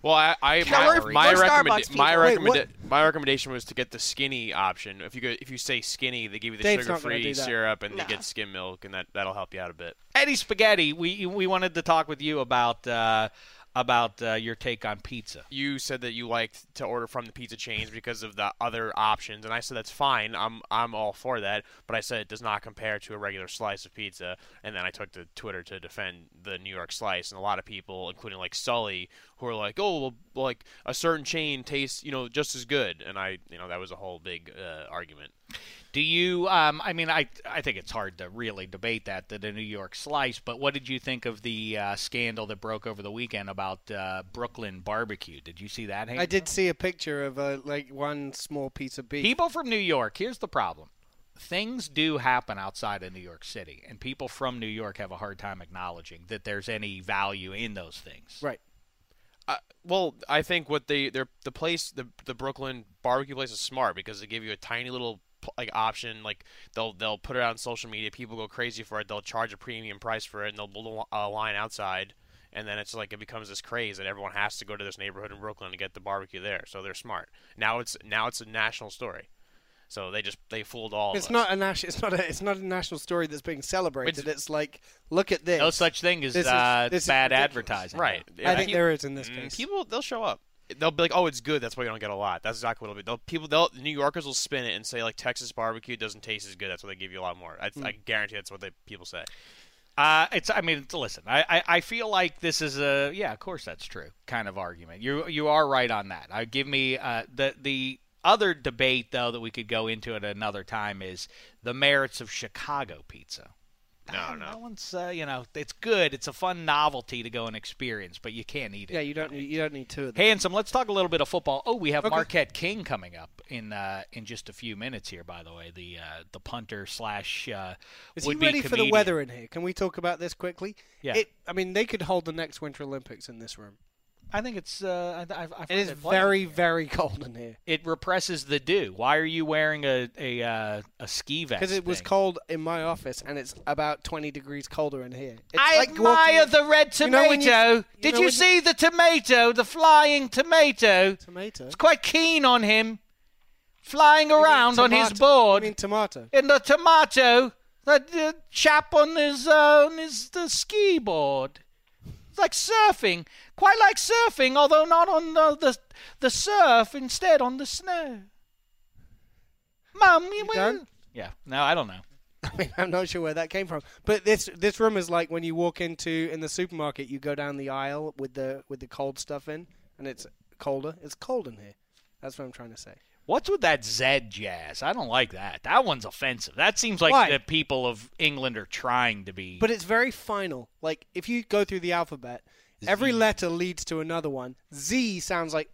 Well, I, I my, Calorie- my, we're recommenda- Starbucks people. my, Wait, recommenda- what- my recommendation was to get the skinny option. If you go, if you say skinny, they give you the Dave's not gonna sugar-free do that. syrup and Nah. they get skim milk, and that that'll help you out a bit. Eddie Spaghetti, we we wanted to talk with you about uh, about uh, your take on pizza. You said that you liked to order from the pizza chains because of the other options, and I said that's fine. I'm I'm all for that, but I said it does not compare to a regular slice of pizza. And then I took to Twitter to defend the New York slice, and a lot of people, including like Sully, who are like, oh, well, like a certain chain tastes, you know, just as good. And I, you know, that was a whole big uh, argument. Do you? Um, I mean, I I think it's hard to really debate that that a New York slice. But what did you think of the uh, scandal that broke over the weekend about uh, Brooklyn barbecue? Did you see that? Hayden? I did see a picture of uh, like one small piece of beef. People from New York. Here's the problem: things do happen outside of New York City, and people from New York have a hard time acknowledging that there's any value in those things. Right. Uh, well, I think what they they're the place the the Brooklyn barbecue place is smart because they give you a tiny little pl- like option like they'll they'll put it out on social media people go crazy for it they'll charge a premium price for it and they'll build a line outside and then it's like it becomes this craze that everyone has to go to this neighborhood in Brooklyn to get the barbecue there so they're smart now it's now it's a national story so they just they fooled all of It's us. not a national. It's not a. It's not a national story that's being celebrated. It's, like, look at this. No such thing as This is- uh, this is bad ridiculous. advertising. Right. I think there is in this Mm, case. People they'll show up. They'll be like, "Oh, it's good. That's why you don't get a lot." That's exactly what it'll be. They'll, people, they'll New Yorkers will spin it and say like Texas barbecue doesn't taste as good. That's why they give you a lot more. I, I Mm. guarantee that's what they people say. Uh, it's. I mean, it's- listen. I, I, I feel like this is a yeah. Of course, that's true. Kind of argument. You you are right on that. I give me uh, the the other debate though that we could go into at another time is the merits of Chicago pizza. No, no. That one's uh, you know it's good. It's a fun novelty to go and experience, but you can't eat it. Yeah, you don't. Need, you don't need two of them. Handsome, let's talk a little bit of football. Oh, we have Okay. Marquette King coming up in uh, in just a few minutes here. By the way, the uh, the punter slash uh, Is he would-be ready for the comedian. weather in here? Can we talk about this quickly? Yeah. It, I mean, they could hold the next Winter Olympics in this room. I think it's. Uh, I, I've, I've It is very, very cold in here It represses the dew. Why are you wearing a a uh, a ski vest? because it was thing? cold in my office, and it's about 20 degrees colder in here. It's I like admire walking- the red You know tomato. when you- you Did know you when see the tomato, the flying tomato? Tomato. It's quite keen on him, flying around on his tomato- board. I mean, tomato. and the tomato, the, the chap on his uh, on his the ski board. It's like surfing, quite like surfing, although not on the the, the surf, instead on the snow. Mum, you, went. Yeah. No, I don't know. I mean, I'm not sure where that came from. But this this room is like when you walk into in the supermarket, you go down the aisle with the with the cold stuff in, and it's colder. It's cold in here. That's what I'm trying to say. What's with that Zed jazz? I don't like that. That one's offensive. That seems like Why? the people of England are trying to be. But it's very final. Like if you go through the alphabet, every letter leads to another one. Z sounds like,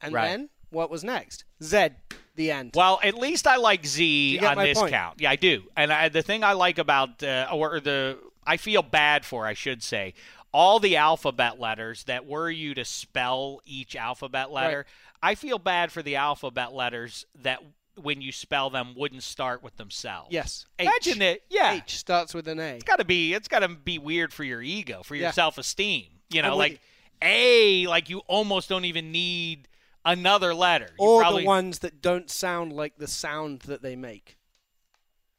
and Right. then what was next? Z, the end. Well, at least I like Z You get on my this point. count. Yeah, I do. And I, the thing I like about, uh, or the, I feel bad for, I should say, all the alphabet letters that were you to spell each alphabet letter. I feel bad for the alphabet letters that when you spell them wouldn't start with themselves. Yes. Imagine it. Yeah. H starts with an A. It's gotta be. It's gotta be weird for your ego, for your Yeah. self esteem. You know, I'm with like A, like you almost don't even need another letter. You Or probably, the ones that don't sound like the sound that they make.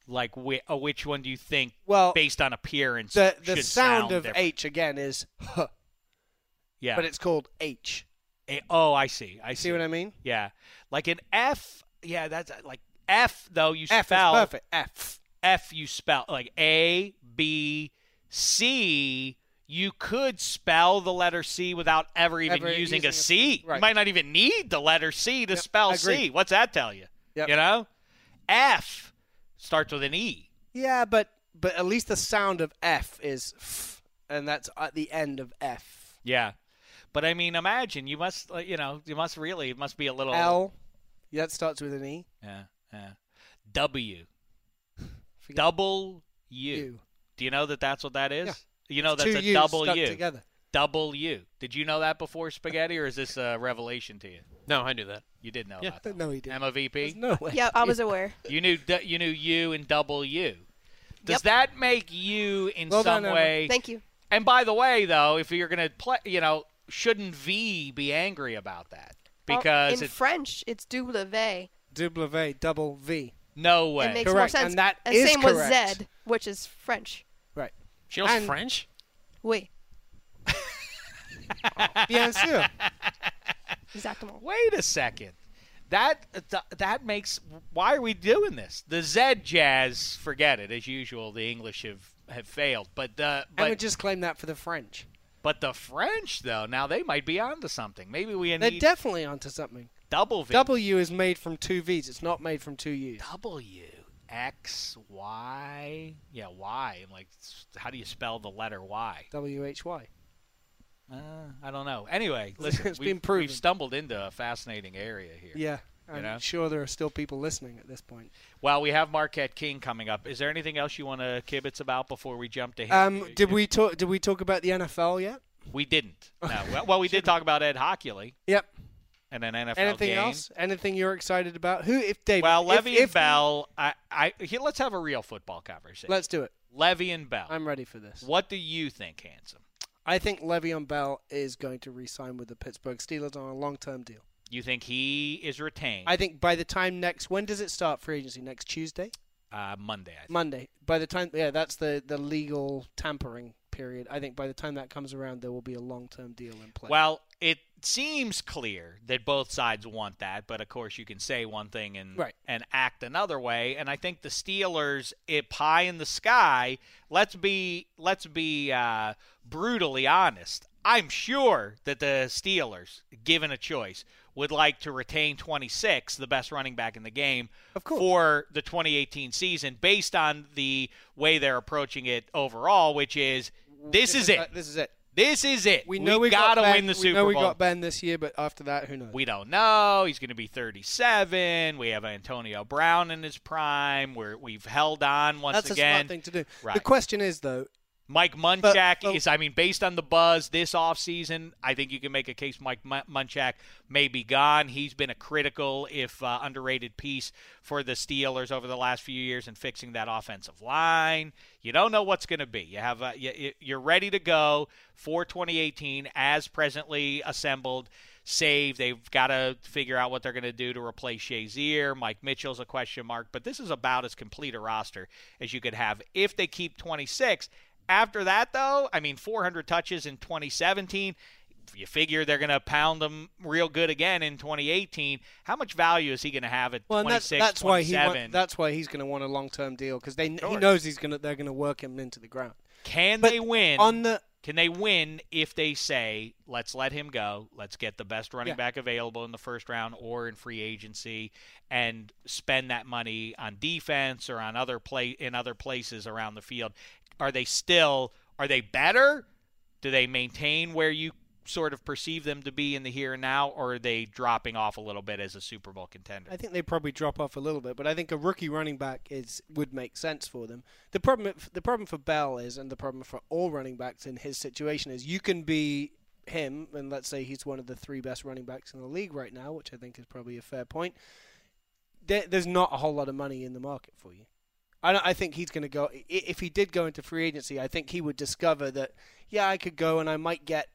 like whi- uh, which one do you think well based on appearance The the should sound, of different? H again is huh. yeah But it's called H. A- oh i see i see, what i mean yeah like an f yeah that's uh, like f though you F is spell perfect. f f you spell like a b c you could spell the letter c without ever even Ever using, using a a c, right. you might not even need the letter c to spell c agreed. what's that tell you you know f starts with an e Yeah, but but at least the sound of F is f, and that's at the end of F. yeah but i mean imagine you must uh, you know you must really it must be a little L, yeah, that starts with an E. Yeah, yeah. W. Double U. Do you know that that's what that is? You know It's that's two a U's double stuck U. together. Double U. Did you know that before spaghetti, or is this a revelation to you? No, I knew that. You did know Yeah. about that. No, he didn't. Emma VP. No way. Yep, I was aware. You knew du- you knew U and double U. Does that make you in Well some done, Emma. way? Thank you. And by the way, though, if you're gonna play, you know, shouldn't V be angry about that? Well, Because in it's French, it's double V. Double V, double V. no way. It makes Correct, more sense. and that and is same with correct. Z, which is French. Right. She knows And- French. Oui. Bien sûr. Exactement. Wait a second. That th- that makes why are we doing this? The Z Jazz, forget it. As usual, the English have, have failed. But the I would but, just claim that for the French. but the French though, now they might be onto something. Maybe we They're need definitely onto something. double V W is made from two V's. It's not made from two U's. W X Y. Yeah, Y. And like, s- how do you spell the letter Y? W H Y. Uh, I don't know. Anyway, listen, It's we've, been proven. we've stumbled into a fascinating area here. Yeah. You I'm know? sure there are still people listening at this point. Well, we have Marquette King coming up. Is there anything else you want to kibitz about before we jump to him? Um, did we talk? Did we talk about the NFL yet? We didn't. No. Well, well, we did talk about Ed Hockley. Yep. And an NFL Anything game. else? Anything you're excited about? Who? If Dave? Well, if- Levy if, and Bell. I, I here, let's have a real football conversation. Let's do it. Levy and Bell. I'm ready for this. What do you think, handsome? I think Le'Veon Bell is going to re-sign with the Pittsburgh Steelers on a long-term deal. You think he is retained? I think by the time next, when does it start free agency? Next Tuesday, uh, Monday. I think. Monday. By the time, yeah, that's the the legal tampering period. I think by the time that comes around, there will be a long-term deal in place. Well, it seems clear that both sides want that, but of course you can say one thing and Right. and act another way. And I think the Steelers, it pie in the sky. Let's be let's be uh, brutally honest. I'm sure that the Steelers, given a choice, would like to retain 26, the best running back in the game, of course. for the 2018 season, based on the way they're approaching it overall, which is this is it. This is it. This is it. We know we, got gotta ben, win the we Super know we Bowl. got Ben this year, but after that, who knows? We don't know. He's going to be 37. We have Antonio Brown in his prime. We're, we've held on once That's a again. smart thing to do. The Right. question is though, Mike Munchak but- is, I mean, based on the buzz this offseason, I think you can make a case Mike Mun- Munchak may be gone. He's been a critical, if uh, underrated, piece for the Steelers over the last few years in fixing that offensive line. You don't know what's going to be. You have a, you, you're ready to go for 2018 as presently assembled. Save. They've got to figure out what they're going to do to replace Shazier. Mike Mitchell's a question mark, but this is about as complete a roster as you could have if they keep 26. After that, though, I mean, 400 touches in 2017. You figure they're going to pound them real good again in 2018. How much value is he going to have at well, and that's, 26, that's why he wa- 27? that's why he's going to want a long term deal because they he Sure. knows he's going to they're going to work him into the ground. Can But they win? on the- can they win if they say, "Let's let him go. Let's get the best running Yeah. back available in the first round or in free agency, and spend that money on defense or on other play in other places around the field"? Are they still? Are they better? Do they maintain where you sort of perceive them to be in the here and now, or are they dropping off a little bit as a Super Bowl contender? I think they probably drop off a little bit, but I think a rookie running back is would make sense for them. The problem the problem for Bell is, and the problem for all running backs in his situation is, you can be him, and let's say he's one of the three best running backs in the league right now, which I think is probably a fair point. There, there's not a whole lot of money in the market for you. I, don't, I think he's going to go. i- If he did go into free agency, I think he would discover that, yeah, I could go and I might get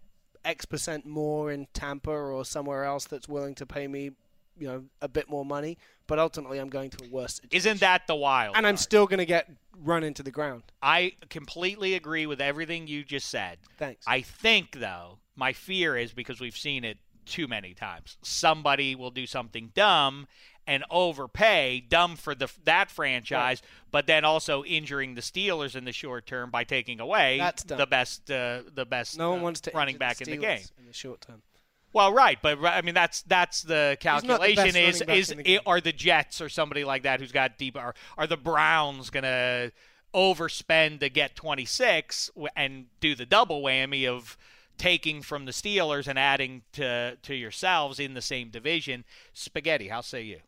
X percent more in Tampa or somewhere else that's willing to pay me, you know, a bit more money. But ultimately, I'm going to a worse. Isn't that the wild? And I'm card? still going to get run into the ground. I completely agree with everything you just said. Thanks. I think though, my fear is because we've seen it too many times. Somebody will do something dumb and overpay, dumb for the that franchise, but then also injuring the Steelers in the short term by taking away That's dumb. the best uh, the best No one uh, wants to running injure back in the Steelers game. in the short term. Well, right, but I mean that's that's the not the best calculation is running back is in the game. are the Jets or somebody like that who's got deep are are the Browns gonna overspend to get 26 w- and do the double whammy of taking from the Steelers and adding to to yourselves in the same division? Spaghetti, how say you?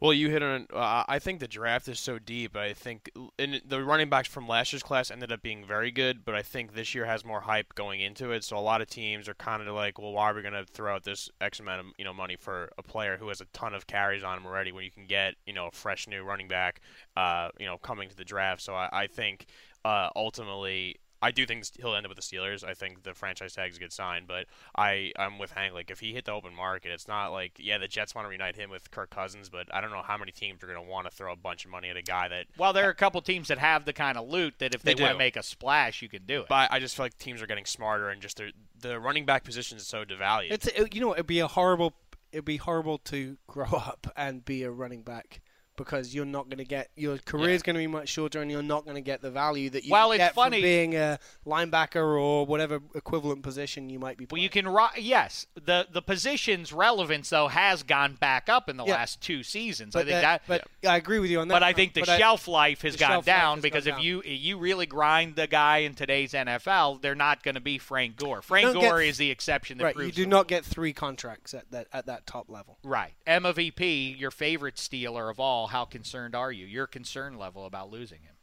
Well, you hit on. Uh, I think the draft is so deep. I think and the running backs from last year's class ended up being very good, but I think this year has more hype going into it. So a lot of teams are kind of like, well, why are we going to throw out this X amount of you know money for a player who has a ton of carries on him already when you can get you know a fresh new running back, uh, you know, coming to the draft. So I, I think uh, ultimately I do think he'll end up with the Steelers. I think the franchise tag is a good sign, but I I'm with Hank. Like if he hit the open market, it's not like yeah the Jets want to reunite him with Kirk Cousins, but I don't know how many teams are going to want to throw a bunch of money at a guy that. Well, there are a couple teams that have the kind of loot that if they, They want do. to make a splash, you can do it. But I just feel like teams are getting smarter and just they're- the running back position is so devalued. It's it, you know it'd be a horrible it'd be horrible to grow up and be a running back because you're not going to get your career's going to be much shorter and you're not going to get the value that you Well, it's get funny- from being a linebacker or whatever equivalent position you might be. Well, you can ri- yes, the the position's relevance though has gone back up in the Yeah. last two seasons. I But think that- that but I agree with you on that. But I front, think the but I- shelf life has the gone shelf life down has because gone if down. you you really grind the guy in today's NFL, they're not going to be Frank Gore. Frank don't get- Gore is the exception that right, you proves. do not get three contracts at that at that top level. Right. Emma VP, your favorite stealer of all. How concerned are you? Your concern level about losing him?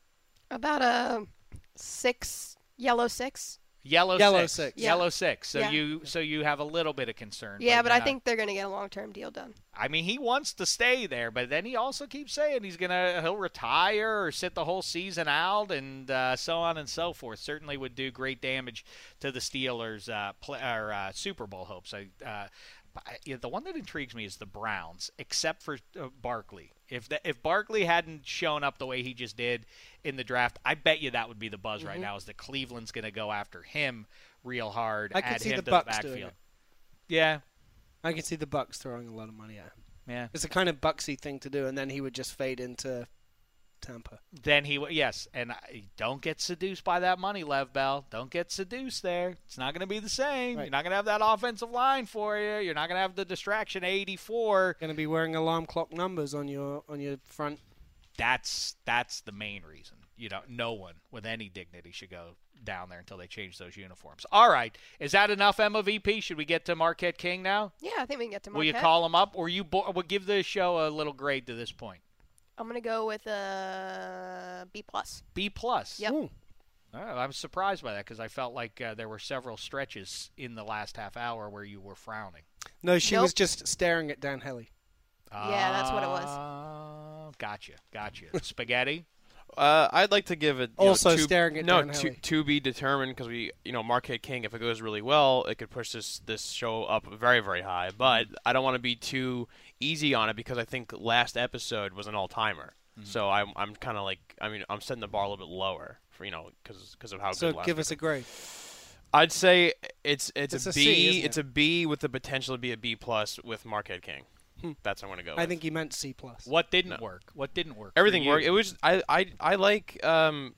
About a six, yellow six. Yellow, Yellow six. six. Yellow Yeah. six. So Yeah. you so you have a little bit of concern. Yeah, but I not- think they're going to get a long-term deal done. I mean, he wants to stay there, but then he also keeps saying he's gonna he'll retire or sit the whole season out, and uh, so on and so forth. Certainly would do great damage to the Steelers' uh, pla or, uh, Super Bowl hopes. I, uh, I- yeah, the one that intrigues me is the Browns, except for uh, Barkley. If the, if Barkley hadn't shown up the way he just did in the draft, I bet you that would be the buzz right Mhm. now. Is that Cleveland's going to go after him real hard? I can add see him the to Bucks the doing backfield. it. Yeah, I can see the Bucks throwing a lot of money at him. Yeah. it's a kind of Bucksy thing to do, and then he would just fade into Tampa. Then he w- yes, and I, don't get seduced by that money, Lev Bell. Don't get seduced there. It's not going to be the same. You're not going to have that offensive line for you. You're not going to have the distraction. 84. Going to be wearing alarm clock numbers on your on your front. That's that's the main reason. You know, no one with any dignity should go down there until they change those uniforms. All right, is that enough, MVP? Should we get to Marquette King now? Yeah, I think we can get to Marquette. Will you call him up, or you bo- will give the show a little grade to this point? I'm going to go with a B plus. B plus. Yep. All right, I'm surprised by that because I felt like uh, there were several stretches in the last half hour where you were frowning. No, she was Nope. just staring at Dan Helly. Yeah, that's what it was. was. Uh, Gotcha, gotcha. Spaghetti. Uh, I'd like to give it you Also know, to, staring at no Dan to, Halley. to be determined because we you know Marquette King if it goes really well it could push this this show up very very high Mm-hmm. but I don't want to be too easy on it because I think last episode was an all timer Mm-hmm. so I'm I'm kind of like I mean I'm setting the bar a little bit lower for you know because of how So good last give us a grade. I'd say it's it's, It's a a B. C, isn't it's a B with the potential to be a B plus with Marquette King Hmm. that's what I'm gonna go I with. think he meant C plus. What didn't work? What didn't work? for Everything you? worked. It was just- I I I like um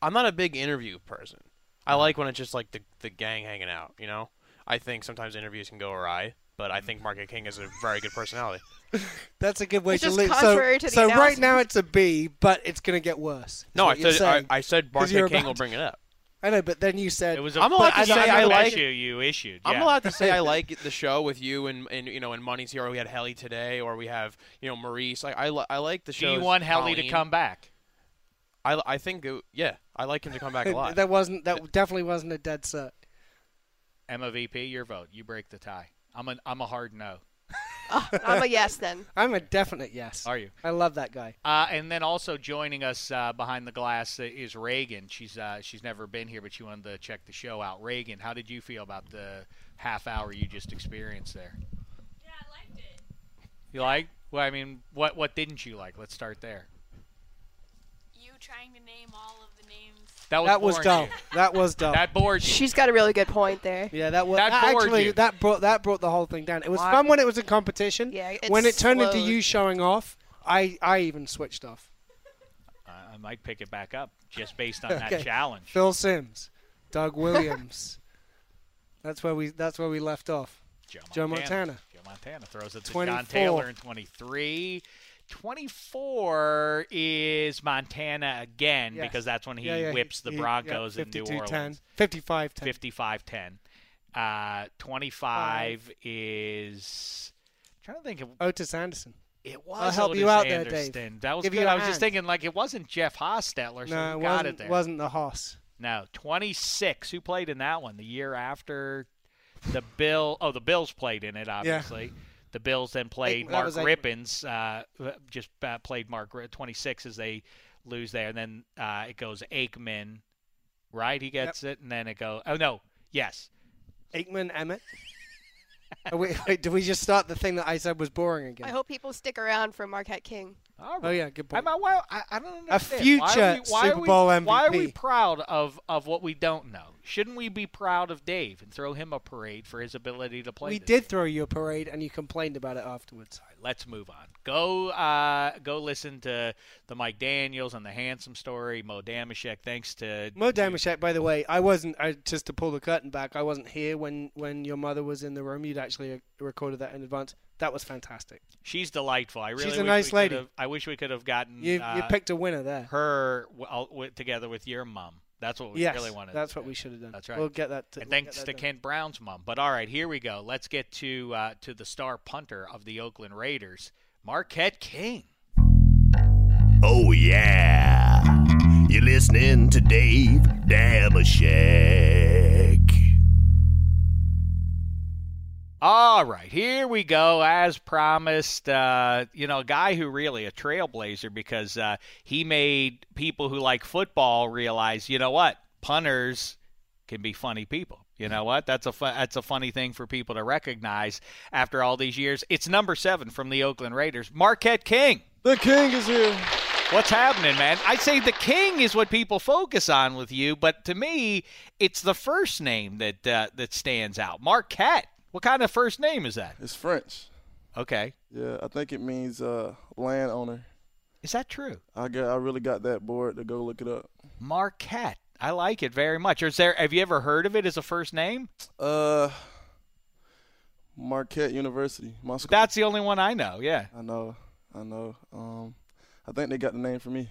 I'm not a big interview person. I Uh-huh. like when it's just like the the gang hanging out, you know? I think sometimes interviews can go awry, but I Mm-hmm. think Market King is a very good personality. That's a good way It's to just live. So, contrary to the so right announcement. now it's a B, but it's going to get worse. No, I is what you're said I, saying. I said 'Cause you're Market King about will to- bring it up. I know, but then you said It was I'm allowed but to I say said- I Another like- issue you issued. I'm yeah. allowed to say I like the show with you and, and you know and Money's here. Or we had Helly today, or we have you know Maurice. Like I li- I like the Do show. you want Helly to come back? I, I think it, yeah, I like him to come back a lot. that wasn't that definitely wasn't a dead cert. Emma VP, your vote. You break the tie. I'm a I'm a hard no. I'm a yes then. I'm a definite yes. Are you? I love that guy. Uh, and then also joining us uh, behind the glass uh, is Reagan. She's uh, she's never been here, but she wanted to check the show out. Reagan, how did you feel about the half hour you just experienced there? Yeah, I liked it. You like? Well, I mean, what what didn't you like? Let's start there. You trying to name all of the names. That was that was boring dumb. you. That was dumb. That bored you. She's got a really good point there. Yeah, that was That bored actually you. that brought that brought the whole thing down. It was Why- fun when it was a competition. Yeah, it when it turned into slowed. you showing off, I I even switched off. I I might pick it back up just based on that Okay. challenge. Phil Sims, Doug Williams. that's where we that's where we left off. Joe Montana. Joe Montana. Joe Montana throws it to 24. John Taylor in 23. 24 is Montana again Yes. because that's when he Yeah, yeah, whips the he- yeah, Broncos in New 52-10. Orleans. 55 10. 55 10. Uh, 25 is. I'm trying to think of. Otis Anderson. It I'll was help Otis you out there, Anderson. Dave. That was Give you good. a I was just hand. thinking, like, it wasn't Jeff Hostetler, so No, we it got Uh, wasn't, it there. wasn't the Hoss. No, 26. Who played in that one? The year after the Bill. Oh, the Bills played in it, obviously. The Bills then played Aikman- that Mark was Aikman. Rippins. Uh, just uh, played Mark Ri- 26 as they lose there, and then uh, it goes Aikman, right? He gets it, and then it goes. Oh no, yes. Aikman Emmett. Are we, wait, did we just start the thing that I said was boring again? I hope people stick around for Marquette King. All Oh, yeah, good I, point. mean, why, I, I don't understand. future why are we, why Super are Bowl we, Why are we MVP. proud of, of what we don't know? Shouldn't we be proud of Dave and throw him a parade for his ability to play? we this? did throw you a parade, and you complained about it afterwards. Let's move on. Go uh, go listen to the Mike Daniels and the Handsome Story, Mo Damashek. Thanks to Mo Damashek, by the way, I wasn't. I just to pull the curtain back. I wasn't here when when your mother was in the room. You'd actually uh, recorded that in advance. That was fantastic. She's delightful. I really She's a wish nice we lady. could've- I wish we could have gotten You you uh, picked a winner there. her w- all- w- together with your mom. That's what we yes, really wanted. that's what we should have done. That's right. We'll get that. To, and we'll thanks get that to done. Ken Brown's mom. But all right, here we go. Let's get to uh, to the star punter of the Oakland Raiders, Marquette King. Oh, yeah. You're listening to Dave Damashek. All right, here we go. As promised, uh, you know, a guy who really a trailblazer because uh, he made people who like football realize, you know what, punters can be funny people. You know what? That's a fu- that's a funny thing for people to recognize after all these years. It's number seven from the Oakland Raiders, Marquette King. The king is here. What's happening, man? I say the king is what people focus on with you, but to me, it's the first name that uh, that stands out. Marquette. What kind of first name is that? It's French. Okay. Yeah, I think it means uh, landowner. Is that true? I got, I really got that bored to go look it up. Marquette. I like it very much. Is there? Have you ever heard of it as a first name? Uh, Marquette University, my school. That's the only one I know. Yeah. I know, I know. Um, I think they got the name for me.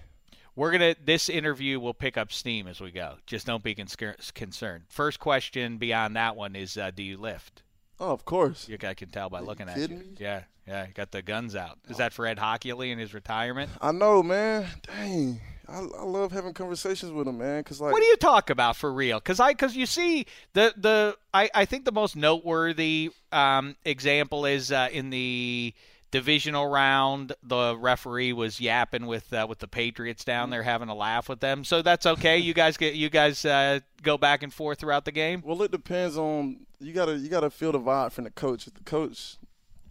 We're gonna. This interview will pick up steam as we go. Just don't be consca- concerned. First question beyond that one is, uh, do you lift? Oh, of course. You, I can tell by looking at kidding Oh. you. Yeah, yeah. you Got the guns out. Is that for Ed Hockley in his retirement? I know, man. Dang, I, I love having conversations with him, man. Cause like, what do you talk about for real? Because I because you see the the I, I think the most noteworthy um, example is uh, in the divisional round. The referee was yapping with uh, with the Patriots down there, having a laugh with them. So that's okay. you guys get you guys uh, go back and forth throughout the game. Well, it depends on you gotta you gotta feel the vibe from the coach. If the coach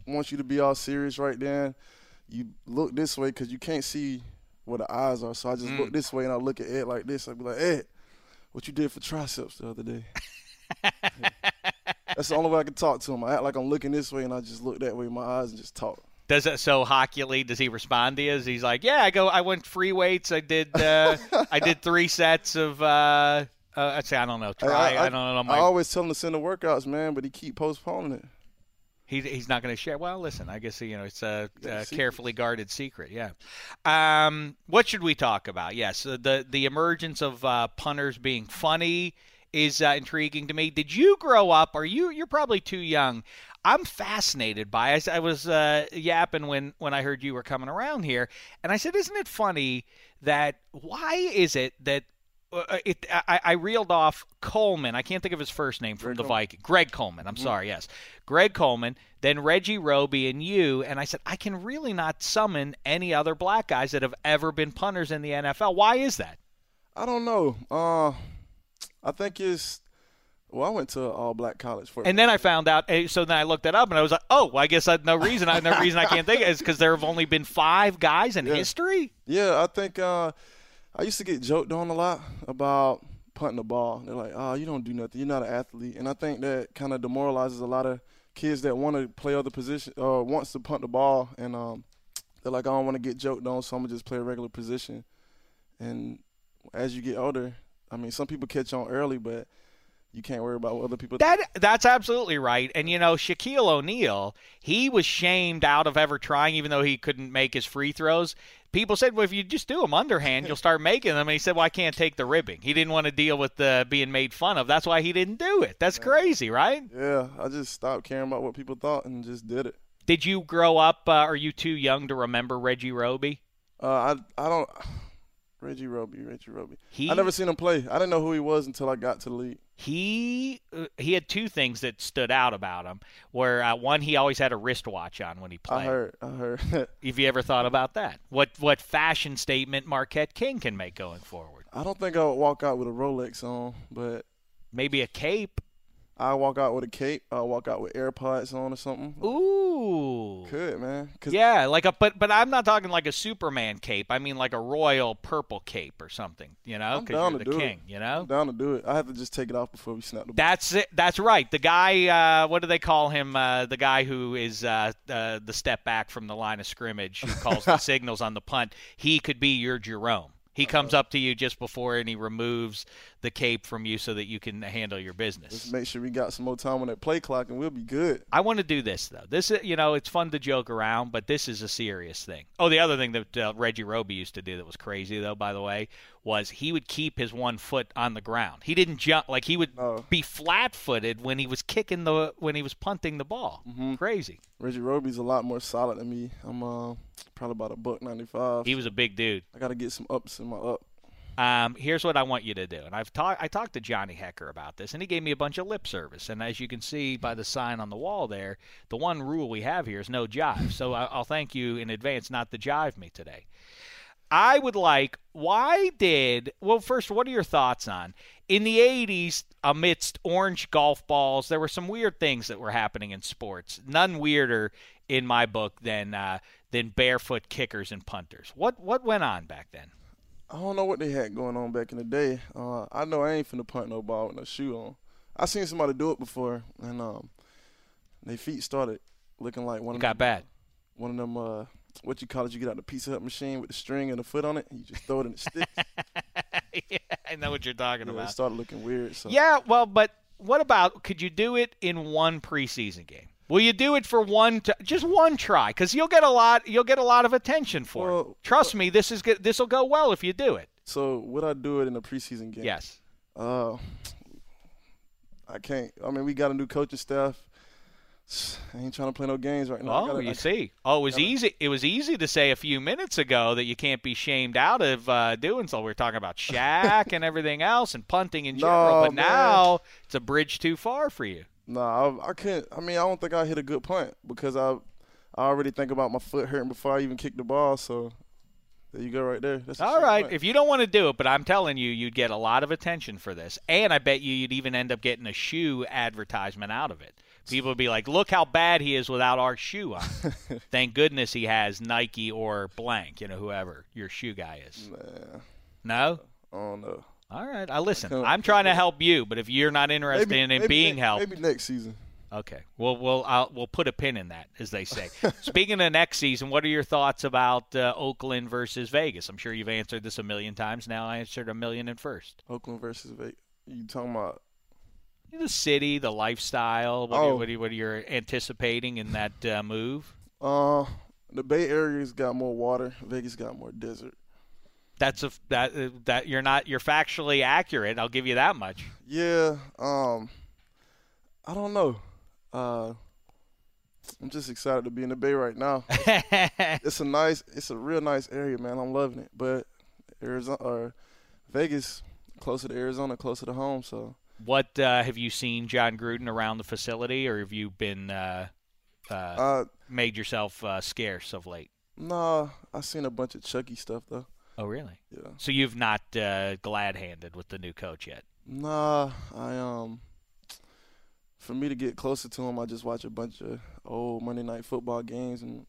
wants you to be all serious right then, you look this way because you can't see where the eyes are. So I just Mm. look this way and I look at Ed like this. I'd be like, Ed, what you did for triceps the other day? That's the only way I can talk to him. I act like I'm looking this way and I just look that way in my eyes and just talk. Does it so Hockley? Does he respond to you? Is he's like, yeah, I go, I went free weights. I did uh, I did three sets of. Uh, uh, I say I don't know. Try. I, don't know. I Mike. always tell him to send the workouts, man, but he keep postponing it. He, he's not going to share. Well, listen, I guess you know it's a, Yeah, a secret. carefully guarded secret. Yeah. Um, what should we talk about? Yes, uh, the the emergence of uh, punters being funny is uh, intriguing to me. Did you grow up? Are you? You're probably too young. I'm fascinated by. I, s- I was uh, yapping when when I heard you were coming around here, and I said, "Isn't it funny that why is it that uh, it, I, I reeled off Coleman. I can't think of his first name from the Viking. Greg Coleman. Mm-hmm. I'm sorry. Yes, Greg Coleman. Then Reggie Roby and you. And I said I can really not summon any other black guys that have ever been punters in the NFL. Why is that? I don't know. Uh, I think it's well. I went to all black college for. And then I found out. eh, So then I looked it up, and I was like, oh, well, I guess I, no reason. I no reason I can't think of it is because there have only been five guys in history. yeah, I think uh, I used to get joked on a lot about punting the ball. They're like, "Oh, you don't do nothing. You're not an athlete." And I think that kind of demoralizes a lot of kids that want to play other position or wants to punt the ball, and um, they're like, "I don't want to get joked on, so I'm gonna just play a regular position." And as you get older, I mean, some people catch on early, but you can't worry about what other people. That that's absolutely right. And you know, Shaquille O'Neal, he was shamed out of ever trying, even though he couldn't make his free throws. People said, "Well, if you just do them underhand, you'll start making them." And he said, "Well, I can't take the ribbing. He didn't want to deal with the being made fun of. That's why he didn't do it. That's crazy, right?" Yeah, I just stopped caring about what people thought and just did it. Did you grow up? Uh, are you too young to remember Reggie Roby? Uh, I I don't Reggie Roby, Reggie Roby. He- I never seen him play. I didn't know who he was until I got to the league. He uh, he had two things that stood out about him. Where uh, one, he always had a wristwatch on when he played. I heard, I heard. Have you ever thought about that? What what fashion statement Marquette King can make going forward? I don't think I would walk out with a Rolex on, but maybe a cape. I walk out with a cape. I walk out with AirPods on or something. Ooh, Ooh. Could man? Yeah, like a but but I'm not talking like a Superman cape. I mean like a royal purple cape or something. You know, I'm because down you're to the do king. it. You know, I'm down to do it. I have to just take it off before we snap the. That's it. That's right. The guy, uh, what do they call him? Uh, the guy who is uh, uh, the step back from the line of scrimmage, who calls the signals on the punt. He could be your Jerome. He comes up to you just before and he removes the cape from you so that you can handle your business. Just make sure we got some more time on that play clock, and we'll be good. I want to do this though. This is, you know, it's fun to joke around, but this is a serious thing. Oh, the other thing that uh, Reggie Roby used to do that was crazy though, by the way, was he would keep his one foot on the ground. He didn't jump like he would be flat-footed when he was kicking the when he was punting the ball. Crazy. Reggie Roby's a lot more solid than me. I'm uh, probably about a buck ninety five. He was a big dude. I got to get some ups in my up. Um, here's what I want you to do, and I've talked I talked to Johnny Hecker about this, and he gave me a bunch of lip service. And as you can see by the sign on the wall there, the one rule we have here is no jive. So I- I'll thank you in advance not to jive me today. I would like. Why did well? First, what are your thoughts on in the '80s? Amidst orange golf balls, there were some weird things that were happening in sports. None weirder in my book than uh, than barefoot kickers and punters. What what went on back then? I don't know what they had going on back in the day. Uh, I know I ain't finna punt no ball with no shoe on. I seen somebody do it before, and um, their feet started looking like one. It of got them, bad. One of them, uh, what you call it? You get out the pizza hut machine with the string and the foot on it. And you just throw it in the stick. I know what you're talking Yeah, it about. started looking weird. So Yeah, well, but what about could you do it in one preseason game? Will you do it for one, t- just one try? Because you'll get a lot, you'll get a lot of attention for it. Trust me, this is this will go well if you do it. So would I do it in a preseason game? Yes. Uh, I can't. I mean, we got a new coaching staff. I ain't trying to play no games right now. I oh, gotta- you I- see. Oh, it was easy. It was easy to say a few minutes ago that you can't be shamed out of uh, doing so. We are talking about Shaq and everything else and punting in No, general, but man. now it's a bridge too far for you. Nah, I, I can't. I mean, I don't think I hit a good punt because I, I already think about my foot hurting before I even kick the ball. So there you go, right there. That's a All safe right, punt. if you don't want to do it, but I'm telling you, you'd get a lot of attention for this, and I bet you you'd even end up getting a shoe advertisement out of it. People would be like, "Look how bad he is without our shoe on." Thank goodness he has Nike or blank, you know, whoever your shoe guy is. No. Oh no. All right, I listen. I'm trying to help you, but if you're not interested in maybe being ne- helped, Maybe next season. Okay. Well, we'll I'll, we'll put a pin in that, as they say. Speaking of next season, what are your thoughts about uh, Oakland versus Vegas? I'm sure you've answered this a million times. Now I answered a million and first. Oakland versus Vegas. You talking about? The city, the lifestyle. What, are, Oh. what, are, what are you anticipating in that uh, move? Uh, the Bay Area's got more water. Vegas got more desert. That's a f- that uh, that you're not you're factually accurate. I'll give you that much. Yeah. Um, I don't know. Uh, I'm just excited to be in the Bay right now. it's a nice, it's a real nice area, man. I'm loving it. But Arizona or Vegas, closer to Arizona, closer to home. So What uh, have you seen, John Gruden, around the facility, or have you been uh, uh, made yourself uh, scarce of late? nah, I seen a bunch of Chucky stuff though. Oh, really? Yeah. So you've not uh, glad-handed with the new coach yet. Nah, I um, for me to get closer to him, I just watch a bunch of old Monday Night Football games and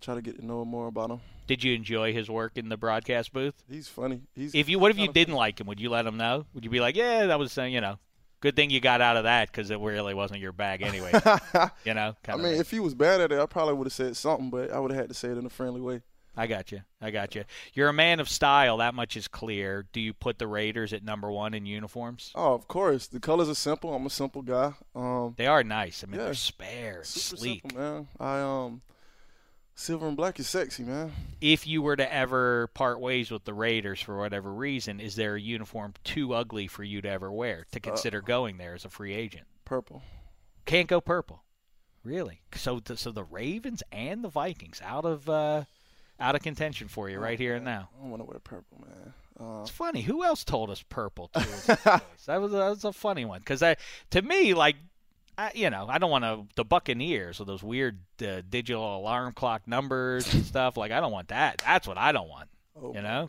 try to get to know more about him. Did you enjoy his work in the broadcast booth? He's funny. He's if you what if you didn't like him? Would you let him know? Would you be like, yeah, that was uh, you know, good thing you got out of that because it really wasn't your bag anyway. you know, I kind mean, if he was bad at it, I probably would have said something, but I would have had to say it in a friendly way. I got you. I got you. You're a man of style. That much is clear. Do you put the Raiders at number one in uniforms? Oh, of course. The colors are simple. I'm a simple guy. Um, They are nice. I mean, Yeah. they're spare, Super sleek. simple, man. I um, silver and black is sexy, man. If you were to ever part ways with the Raiders for whatever reason, is there a uniform too ugly for you to ever wear to consider going there as a free agent? Purple. Can't go purple. Really? So, the, so the Ravens and the Vikings out of uh, out of contention for you right here and now. I don't want to wear purple, man. Uh, It's funny. Who else told us purple? Too was a choice? that was that was a funny one because I to me like. I, you know, I don't want to the Buccaneers with those weird uh, digital alarm clock numbers and stuff. Like, I don't want that. That's what I don't want. you know,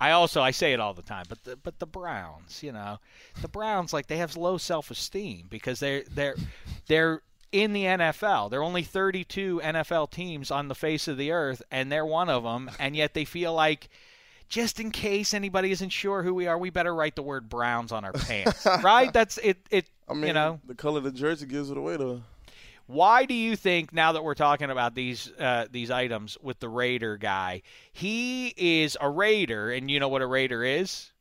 I also I say it all the time, but the, but the Browns, you know, the Browns like they have low self esteem because they're they're they're in the NFL. There are only 32 NFL teams on the face of the earth, and they're one of them. And yet they feel like, just in case anybody isn't sure who we are, we better write the word Browns on our pants, right? That's it. It I mean, you know the color of the jersey gives it away, though. why do you think now that we're talking about these uh, these items with the Raider guy? He is a Raider, and you know what a Raider is?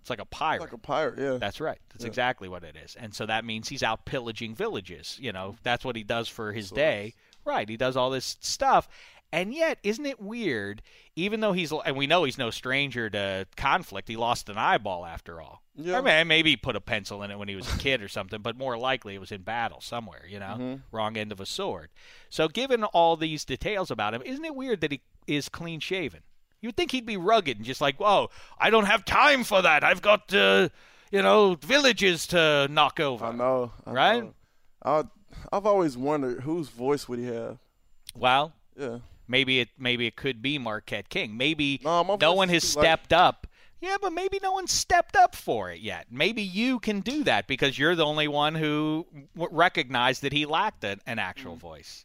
It's like a pirate. Like a pirate, yeah. That's right. That's Yeah. exactly what it is. And so that means he's out pillaging villages. You know, that's what he does for his day. Right. He does all this stuff. And yet, isn't it weird? Even though he's, and we know he's no stranger to conflict, he lost an eyeball after all. Yeah. I mean, maybe he put a pencil in it when he was a kid or something, but more likely it was in battle somewhere, you know, Mhm. wrong end of a sword. So, given all these details about him, isn't it weird that he is clean shaven? You'd think he'd be rugged and just like, whoa, I don't have time for that. I've got, uh, you know, villages to knock over. I know. right? I, I've always wondered whose voice would he have. Well, Yeah. maybe it maybe it could be Marquette King. Maybe my no, voice one is has too light. stepped up. Yeah, but maybe no one stepped up for it yet. Maybe you can do that because you're the only one who w- recognized that he lacked an, an actual Mm. voice.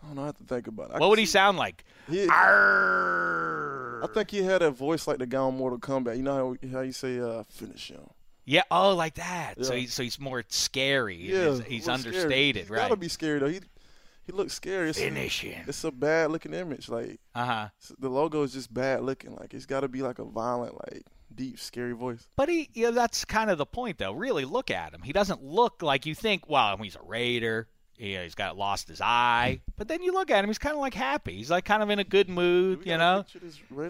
I don't know. I have to think about it. I What would he sound like? He, I think he had a voice like the guy on Mortal Kombat. You know how, how you say uh, finish him. Yeah, oh, like that. So Yeah. he's so he's more scary. Yeah, he's he's real understated, scary. He's right? Gotta be scary though. He he looks scary. It's Finish him. It's a bad looking image. Like uh huh. The logo is just bad looking. Like it's got to be like a violent, like deep, scary voice. But he, you know, that's kind of the point, though. Really look at him. He doesn't look like you think. Well, he's a Raider. Yeah, he's got lost his eye. But then you look at him. He's kind of like happy. He's like kind of in a good mood. You know,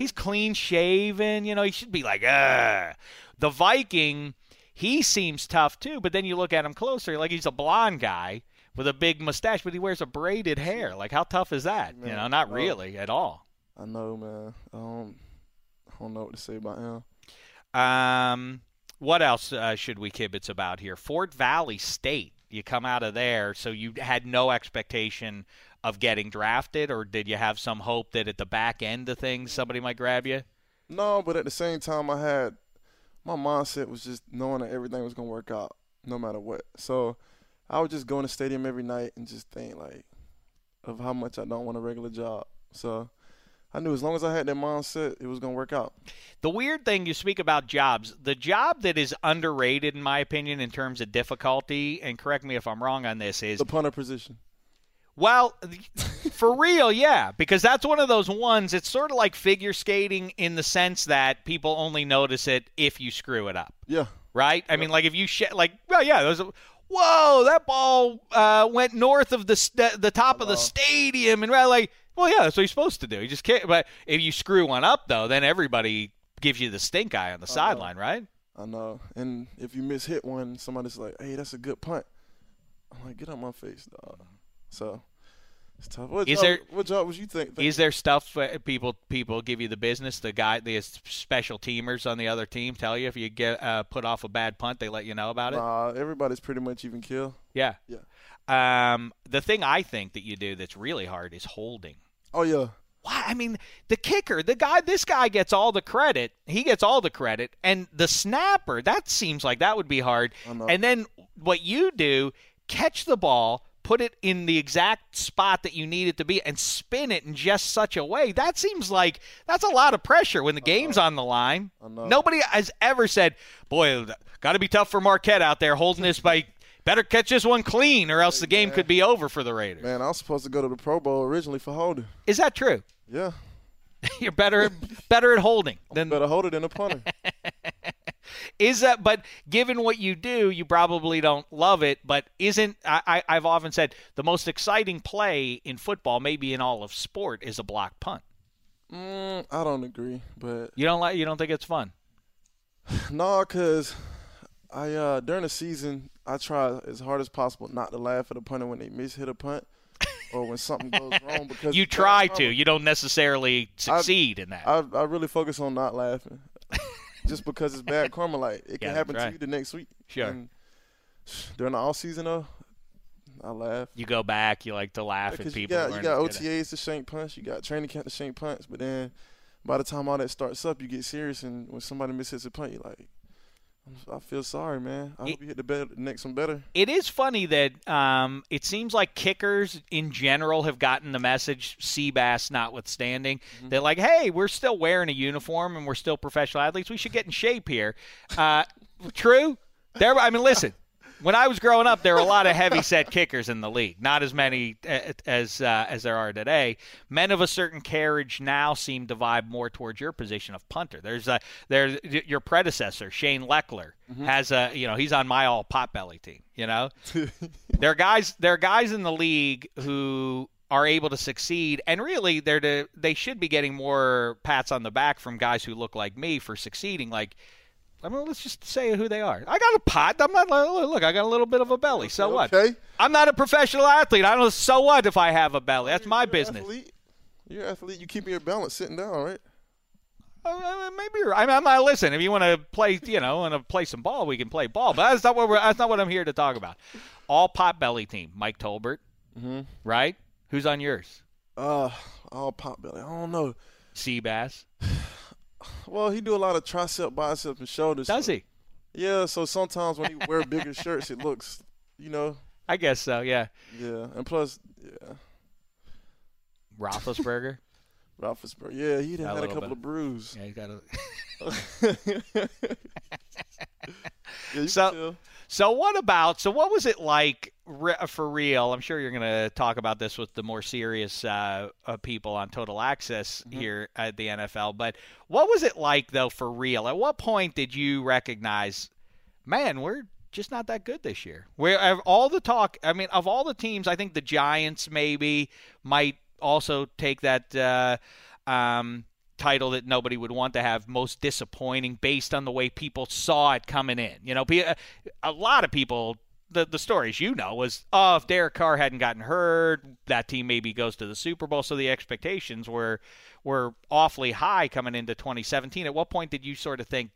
he's clean shaven. You know, he should be like, ah. The Viking, he seems tough too. But then you look at him closer. Like he's a blonde guy with a big mustache, but he wears a braided hair. Like how tough is that? you Man, know, not no. really at all. I know, man. Um, I don't know what to say about him. Um, what else uh, should we kibitz about here? Fort Valley State. You come out of there, so you had no expectation of getting drafted, or did you have some hope that at the back end of things somebody might grab you? No, but at the same time, I had my mindset was just knowing that everything was gonna work out no matter what. So I would just go in the stadium every night and just think like of how much I don't want a regular job. So I knew as long as I had that mindset, it was gonna work out. The weird thing you speak about jobs, the job that is underrated, in my opinion, in terms of difficulty, and correct me if I'm wrong on this, is The punter position. Well, th- for real, yeah, because that's one of those ones. It's sort of like figure skating in the sense that people only notice it if you screw it up. Yeah. Right? I mean, like if you sh- like, well, yeah, those. Whoa, that ball uh, went north of the st- the top of the stadium, and right, like, well, yeah, that's what he's supposed to do. You just can't. But if you screw one up, though, then everybody gives you the stink eye on the sideline, right? I know. And if you miss hit one, somebody's like, "Hey, that's a good punt." I'm like, "Get out my face, dog." So it's tough. What Is job, there- what job was you think? Is there stuff uh, people people give you the business? The guy, the special teamers on the other team tell you if you get uh, put off a bad punt, they let you know about it. Nah, everybody's pretty much even kill. Yeah. Yeah. Um, the thing I think that you do that's really hard is holding. Oh yeah. Why? I mean, the kicker, the guy, this guy gets all the credit. He gets all the credit, and the snapper. That seems like that would be hard. And then what you do? Catch the ball, put it in the exact spot that you need it to be, and spin it in just such a way. That seems like that's a lot of pressure when the game's on the line. Nobody has ever said, "Boy, got to be tough for Marquette out there holding this by." Better catch this one clean, or else the game could be over for the Raiders. Man, I was supposed to go to the Pro Bowl originally for holding. Is that true? Yeah. You're better better at holding than better holder than a punter. is that but given what you do, you probably don't love it, but isn't I, I, I've often said the most exciting play in football, maybe in all of sport, is a block punt. Mm, I don't agree, but You don't like you don't think it's fun. no, cause I uh during the season I try as hard as possible not to laugh at a punter when they miss hit a punt or when something goes wrong because You try to, you don't necessarily succeed in that. I I really focus on not laughing, just because it's bad karma. Like it can Yeah, happen right. to you the next week. Sure. And during the off season though, I laugh. You go back, you like to laugh at Because people. you got who you aren't got as good at- OTAs to shank punch, you got training camp to shank punch, but then by the time all that starts up, you get serious, and when somebody misses a punt, you're like, I feel sorry, man. I hope you hit the better, next one better. It is funny that um, it seems like kickers in general have gotten the message, Seabass notwithstanding. They're like, hey, we're still wearing a uniform and we're still professional athletes. We should get in shape here. Uh, true. There. I mean, listen. When I was growing up, there were a lot of heavy set kickers in the league. Not as many uh, as uh, as there are today. Men of a certain carriage now seem to vibe more towards your position of punter. There's a there your predecessor Shane Leckler has a you know he's on my all potbelly team. You know there are guys there are guys in the league who are able to succeed and really they're to they should be getting more pats on the back from guys who look like me for succeeding. Like I mean, let's just say who they are. I got a pot. I'm not. Look, I got a little bit of a belly. So okay. what? I'm not a professional athlete. I don't. So what if I have a belly? That's my business. Athlete, you're an athlete. You keeping your balance sitting down, right? Uh, maybe you're. I mean, I'm not. Listen, if you want to play, you know, want to play some ball, we can play ball. But that's not what we're. That's not what I'm here to talk about. All pot belly team. Mike Tolbert. Mhm. Right. Who's on yours? Uh, all pop belly. I don't know. Seabass. Well, he do a lot of tricep, bicep, and shoulders. Does he? Yeah. So sometimes when he wear bigger shirts, it looks, you know. I guess so. Yeah. Yeah, and plus, yeah, Roethlisberger. Roethlisberger. Yeah, he done Got a had a little couple bit. of brews. Yeah, he got a. so, so what about? So what was it like re- for real? I'm sure you're going to talk about this with the more serious uh, uh, people on Total Access here at the NFL. But what was it like though for real? At what point did you recognize, man, we're just not that good this year? Where of all the talk, I mean, of all the teams, I think the Giants maybe might also take that uh, um, title that nobody would want to have, most disappointing, based on the way people saw it coming in. You know, pe- uh, a lot of people. The, the stories you know was oh if Derek Carr hadn't gotten hurt that team maybe goes to the Super Bowl so the expectations were were awfully high coming into 2017 at what point did you sort of think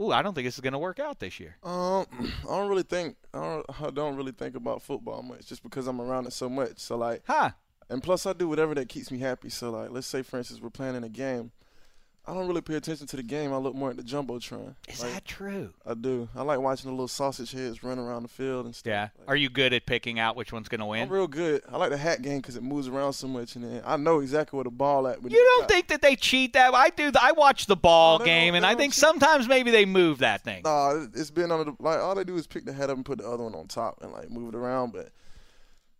ooh I don't think this is going to work out this year Um, I don't really think I don't, I don't really think about football much, just because I'm around it so much. So like, huh? And plus, I do whatever that keeps me happy. So like, let's say for instance, we're playing in a game. I don't really pay attention to the game. I look more at the jumbotron. Is that true? I do. I like watching the little sausage heads run around the field and stuff. yeah are you good at picking out which one's going to I'm win real good. I like the hat game because it moves around so much, and then I know exactly where the ball at. When You don't think that they cheat that? I do. I watch the ball No, they don't- game, and they I don't think sometimes maybe they move that thing. Nah, it's been on the like all they do is pick the head up and put the other one on top and like move it around. But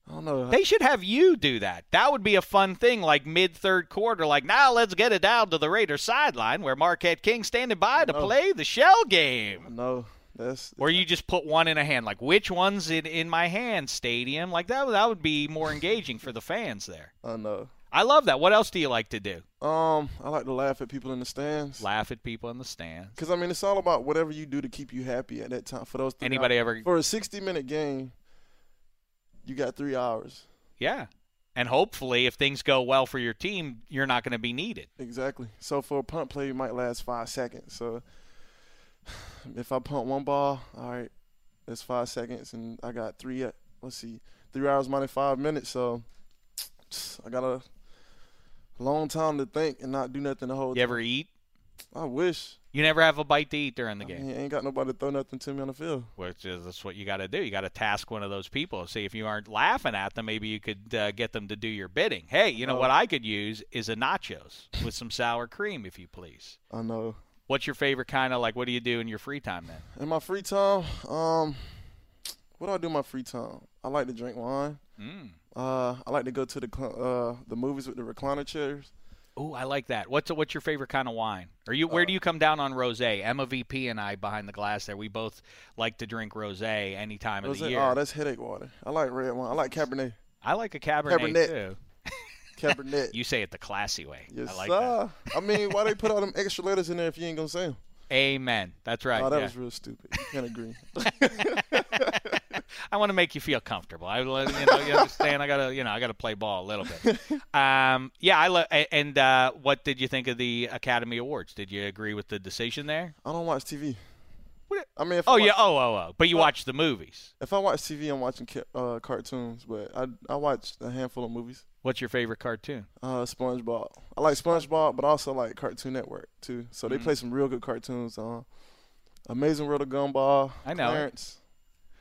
I don't know. They should have you do that. That would be a fun thing, like mid third quarter. Like now, let's get it down to the Raiders sideline where Marquette King standing by to play the shell game. No, that's Or you just put one in a hand, like which one's in, in my hand, stadium. Like that, that would be more engaging for the fans there. I know. I love that. What else do you like to do? Um, I like to laugh at people in the stands. Laugh at people in the stands. Cause I mean, it's all about whatever you do to keep you happy at that time. For those three Anybody hours- ever- for a sixty-minute game, you got three hours. Yeah. And hopefully, if things go well for your team, you're not going to be needed. Exactly. So for a punt play, it might last five seconds. So if I punt one ball, all right, that's five seconds, and I got three. uh, Let's see, three hours minus five minutes. So I got a long time to think and not do nothing the whole. You ever eat? I wish. You never have a bite to eat during the game. Man, ain't got nobody to throw nothing to me on the field. which is that's what you got to do. You got to task one of those people. See if you aren't laughing at them, maybe you could uh, get them to do your bidding. Hey, you know Oh. what I could use is a nachos with some sour cream, if you please. I know. What's your favorite kind of like? What do you do in your free time then? In my free time, um, what do I do in my free time? I like to drink wine. Mm. Uh, I like to go to the cl- uh the movies with the recliner chairs. Oh, I like that. What's what's your favorite kind of wine? Are you Oh. where do you come down on rosé? Emma VP and I behind the glass there. We both like to drink rosé any time of Rosé- the year. Oh, that's headache water. I like red wine. I like Cabernet. I like a Cabernet, Cabernet. too. Cabernet. you say it the classy way. Yes, I like that. sir. I mean, why they put all them extra letters in there if you ain't gonna say them? Amen. That's right. Oh, that yeah. was real stupid. You can't agree. I want to make you feel comfortable. I, you know, you understand. I gotta, you know, I gotta play ball a little bit. Um, yeah, I lo- a- and uh, what did you think of the Academy Awards? Did you agree with the decision there? I don't watch TV. I mean, if I Oh watch- yeah, oh oh oh. But you Well- watch the movies. If I watch TV, I'm watching ca- uh, cartoons, but I I watch a handful of movies. What's your favorite cartoon? Uh, SpongeBob. I like SpongeBob, but also like Cartoon Network too. So they Mhm. play some real good cartoons. Uh, Amazing World of Gumball. I know. Clarence.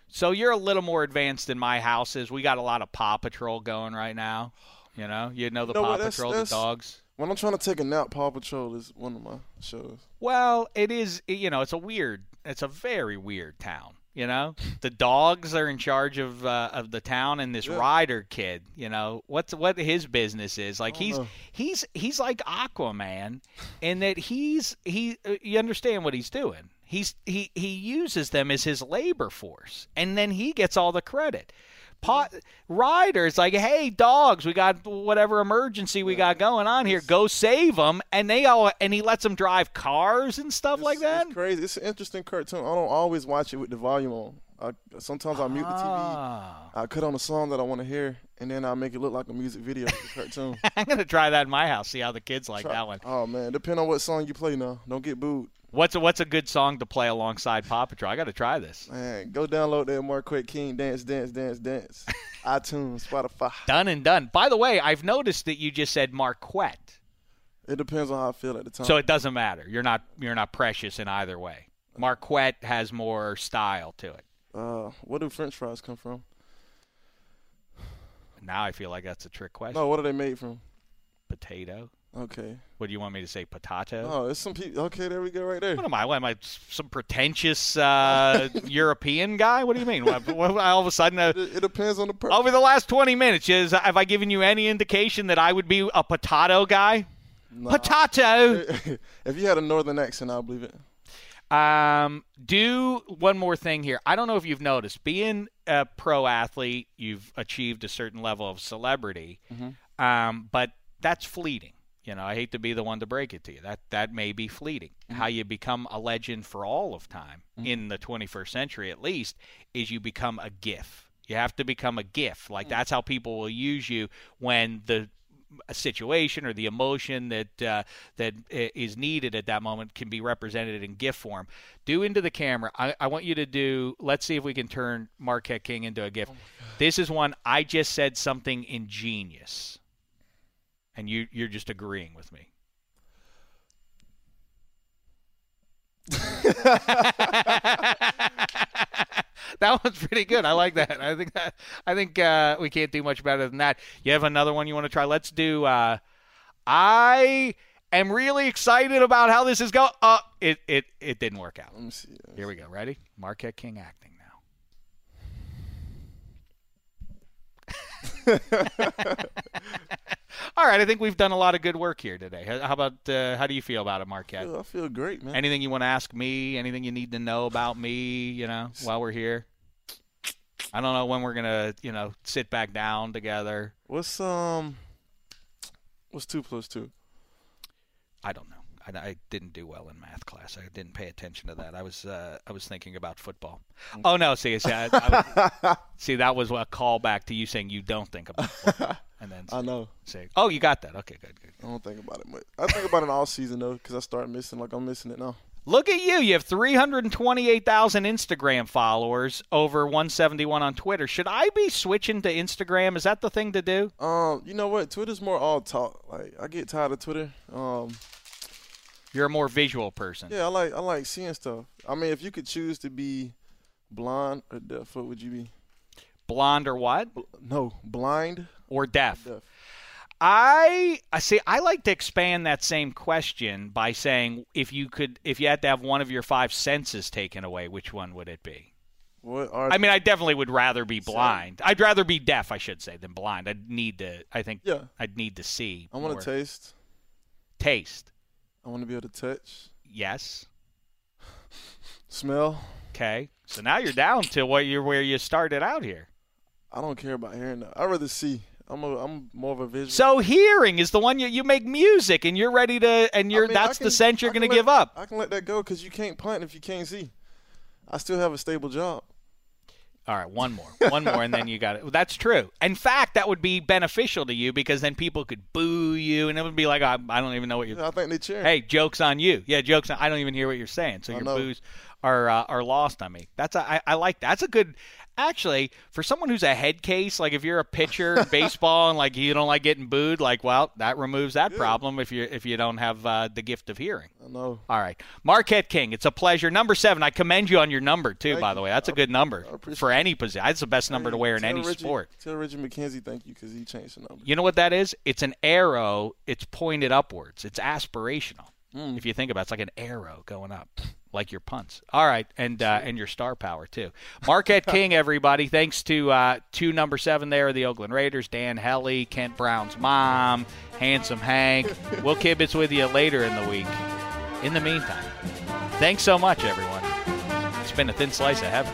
So you're a little more advanced than my house is. We got a lot of Paw Patrol going right now. You know, you know You the know Paw what, that's- Patrol, that's- the dogs. When I'm trying to take a nap, Paw Patrol is one of my shows. Well, it is. You know, it's a weird. It's a very weird town. You know, the dogs are in charge of uh, of the town, and this Yeah. rider kid. You know, what's what his business is like. I He's dunno. he's he's like Aquaman, in that he's he. uh, You understand what he's doing. He's he he uses them as his labor force, and then he gets all the credit. Pa- Ryder's like, hey, dogs, we got whatever emergency we got going on here. Go save them, and they all and he lets them drive cars and stuff like that. It's crazy. It's an interesting cartoon. I don't always watch it with the volume on. I, sometimes I mute the TV. I cut on a song that I want to hear, and then I make it look like a music video. It's a cartoon. I'm gonna try that in my house. See how the kids like Try- that one. Oh man, depend on what song you play now. Don't get booed. What's a, what's a good song to play alongside Paw Patrol? I got to try this. Man, go download that Mark Quick King Dance Dance Dance Dance. iTunes, Spotify. Done and done. By the way, I've noticed that you just said Marquette, It depends on how I feel at the time. so it doesn't matter. You're not you're not precious in either way. Marquette has more style to it. uh, where do French fries come from? Now I feel like that's a trick question. No, what are they made from? Potato. Okay. What do you want me to say? Potato. Oh, it's some people. Okay, there we go, right there. What am I? What am I? s- Some pretentious uh, European guy? What do you mean? What, what, all of a sudden, uh, it, depends on the person. Over the last twenty minutes, is have I given you any indication that I would be a potato guy? Potato. if you had a northern accent, I believe it. Um, do one more thing here. I don't know if you've noticed, being a pro athlete, you've achieved a certain level of celebrity, Mm-hmm. um, but that's fleeting. You know, I hate to be the one to break it to you. That that may be fleeting. How you become a legend for all of time in the 21st century, at least, is you become a gif. You have to become a gif. Like that's how people will use you when the a situation or the emotion that uh, that i- is needed at that moment can be represented in GIF form. Do into the camera. I, I want you to do. Let's see if we can turn Marquette King into a GIF. this is one I just said something ingenious, and you you're just agreeing with me. that one's pretty good. I like that. I think that, I think uh, we can't do much better than that. You have another one you want to try? Let's do. Uh, I am really excited about how this is going. Uh, it it it didn't work out. Here we go. Ready? Marquette King acting now. All right, I think we've done a lot of good work here today. How how about uh, how do you feel about it, Marquette? I feel great, man. Anything you want to ask me? Anything you need to know about me? You know, while we're here. I don't know when we're gonna, you know, sit back down together. What's um, what's two plus two? I don't know. I, I didn't do well in math class. I didn't pay attention to that. I was uh, I was thinking about football. Mm. Oh no, see, see, I, I was- see, that was a callback to you saying you don't think about football, and then I know. say, oh, you got that. Okay, good, good. I don't think about it much. I think about it all season though, because I start missing. Like I'm missing it now. Look at you. You have 328,000 Instagram followers over 171 on Twitter. Should I be switching to Instagram? Is that the thing to do? Um, you know what? Twitter's more all talk. Like I get tired of Twitter. Um, You're a more visual person. yeah, I like I like seeing stuff. I mean, if you could choose to be blind or deaf, what would you be? Blonde or what? No, blind or deaf. I I see. I like to expand that same question by saying, if you could, if you had to have one of your five senses taken away, which one would it be? What are? I mean, I definitely would rather be blind. I'd rather be deaf, I should say, than blind. I'd need to. I think. Yeah. I'd need to see. I want more. to taste. Taste. I want to be able to touch. Yes. Smell. Okay. So now you're down to what you're where you started out here. I don't care about hearing. That. I rather see. I'm a, I'm more of a visual. So hearing is the one you you make music and you're ready to and you're I mean, I that's the can- sense you're I can going to let- give up. I can let that go because you can't punt if you can't see. I still have a stable job. All right, one more, one more, and then you got it. Well, that's true. In fact, that would be beneficial to you because then people could boo you, and it would be like, I, I don't even know what you're. I think they cheer. Hey, jokes on you. Yeah, jokes on. I don't even hear what you're saying. So your know. boos are uh, are lost on me. That's a, I, I like that. that's a good actually for someone who's a head case. Like if you're a pitcher in baseball and like you don't like getting booed, like well that removes that problem if you if you don't have uh, the gift of hearing. I know. All right, Marquette King, it's a pleasure. Number seven, I commend you on your number too. by the way, that's a good number for any position. That's the best number to wear in Tell any Reggie- sport. Tell Reggie McKenzie thank you because he changed the number. You know what that is? It's an arrow. It's pointed upwards. It's aspirational. If you think about it, it's like an arrow going up, like your punts. All right, and uh, and your star power too. Marquette King, everybody. Thanks to uh, two number seven there, the Oakland Raiders, Dan Helly, Kent Brown's mom, handsome Hank. Will Kibitz with you later in the week. In the meantime, thanks so much, everyone. It's been a thin slice of heaven.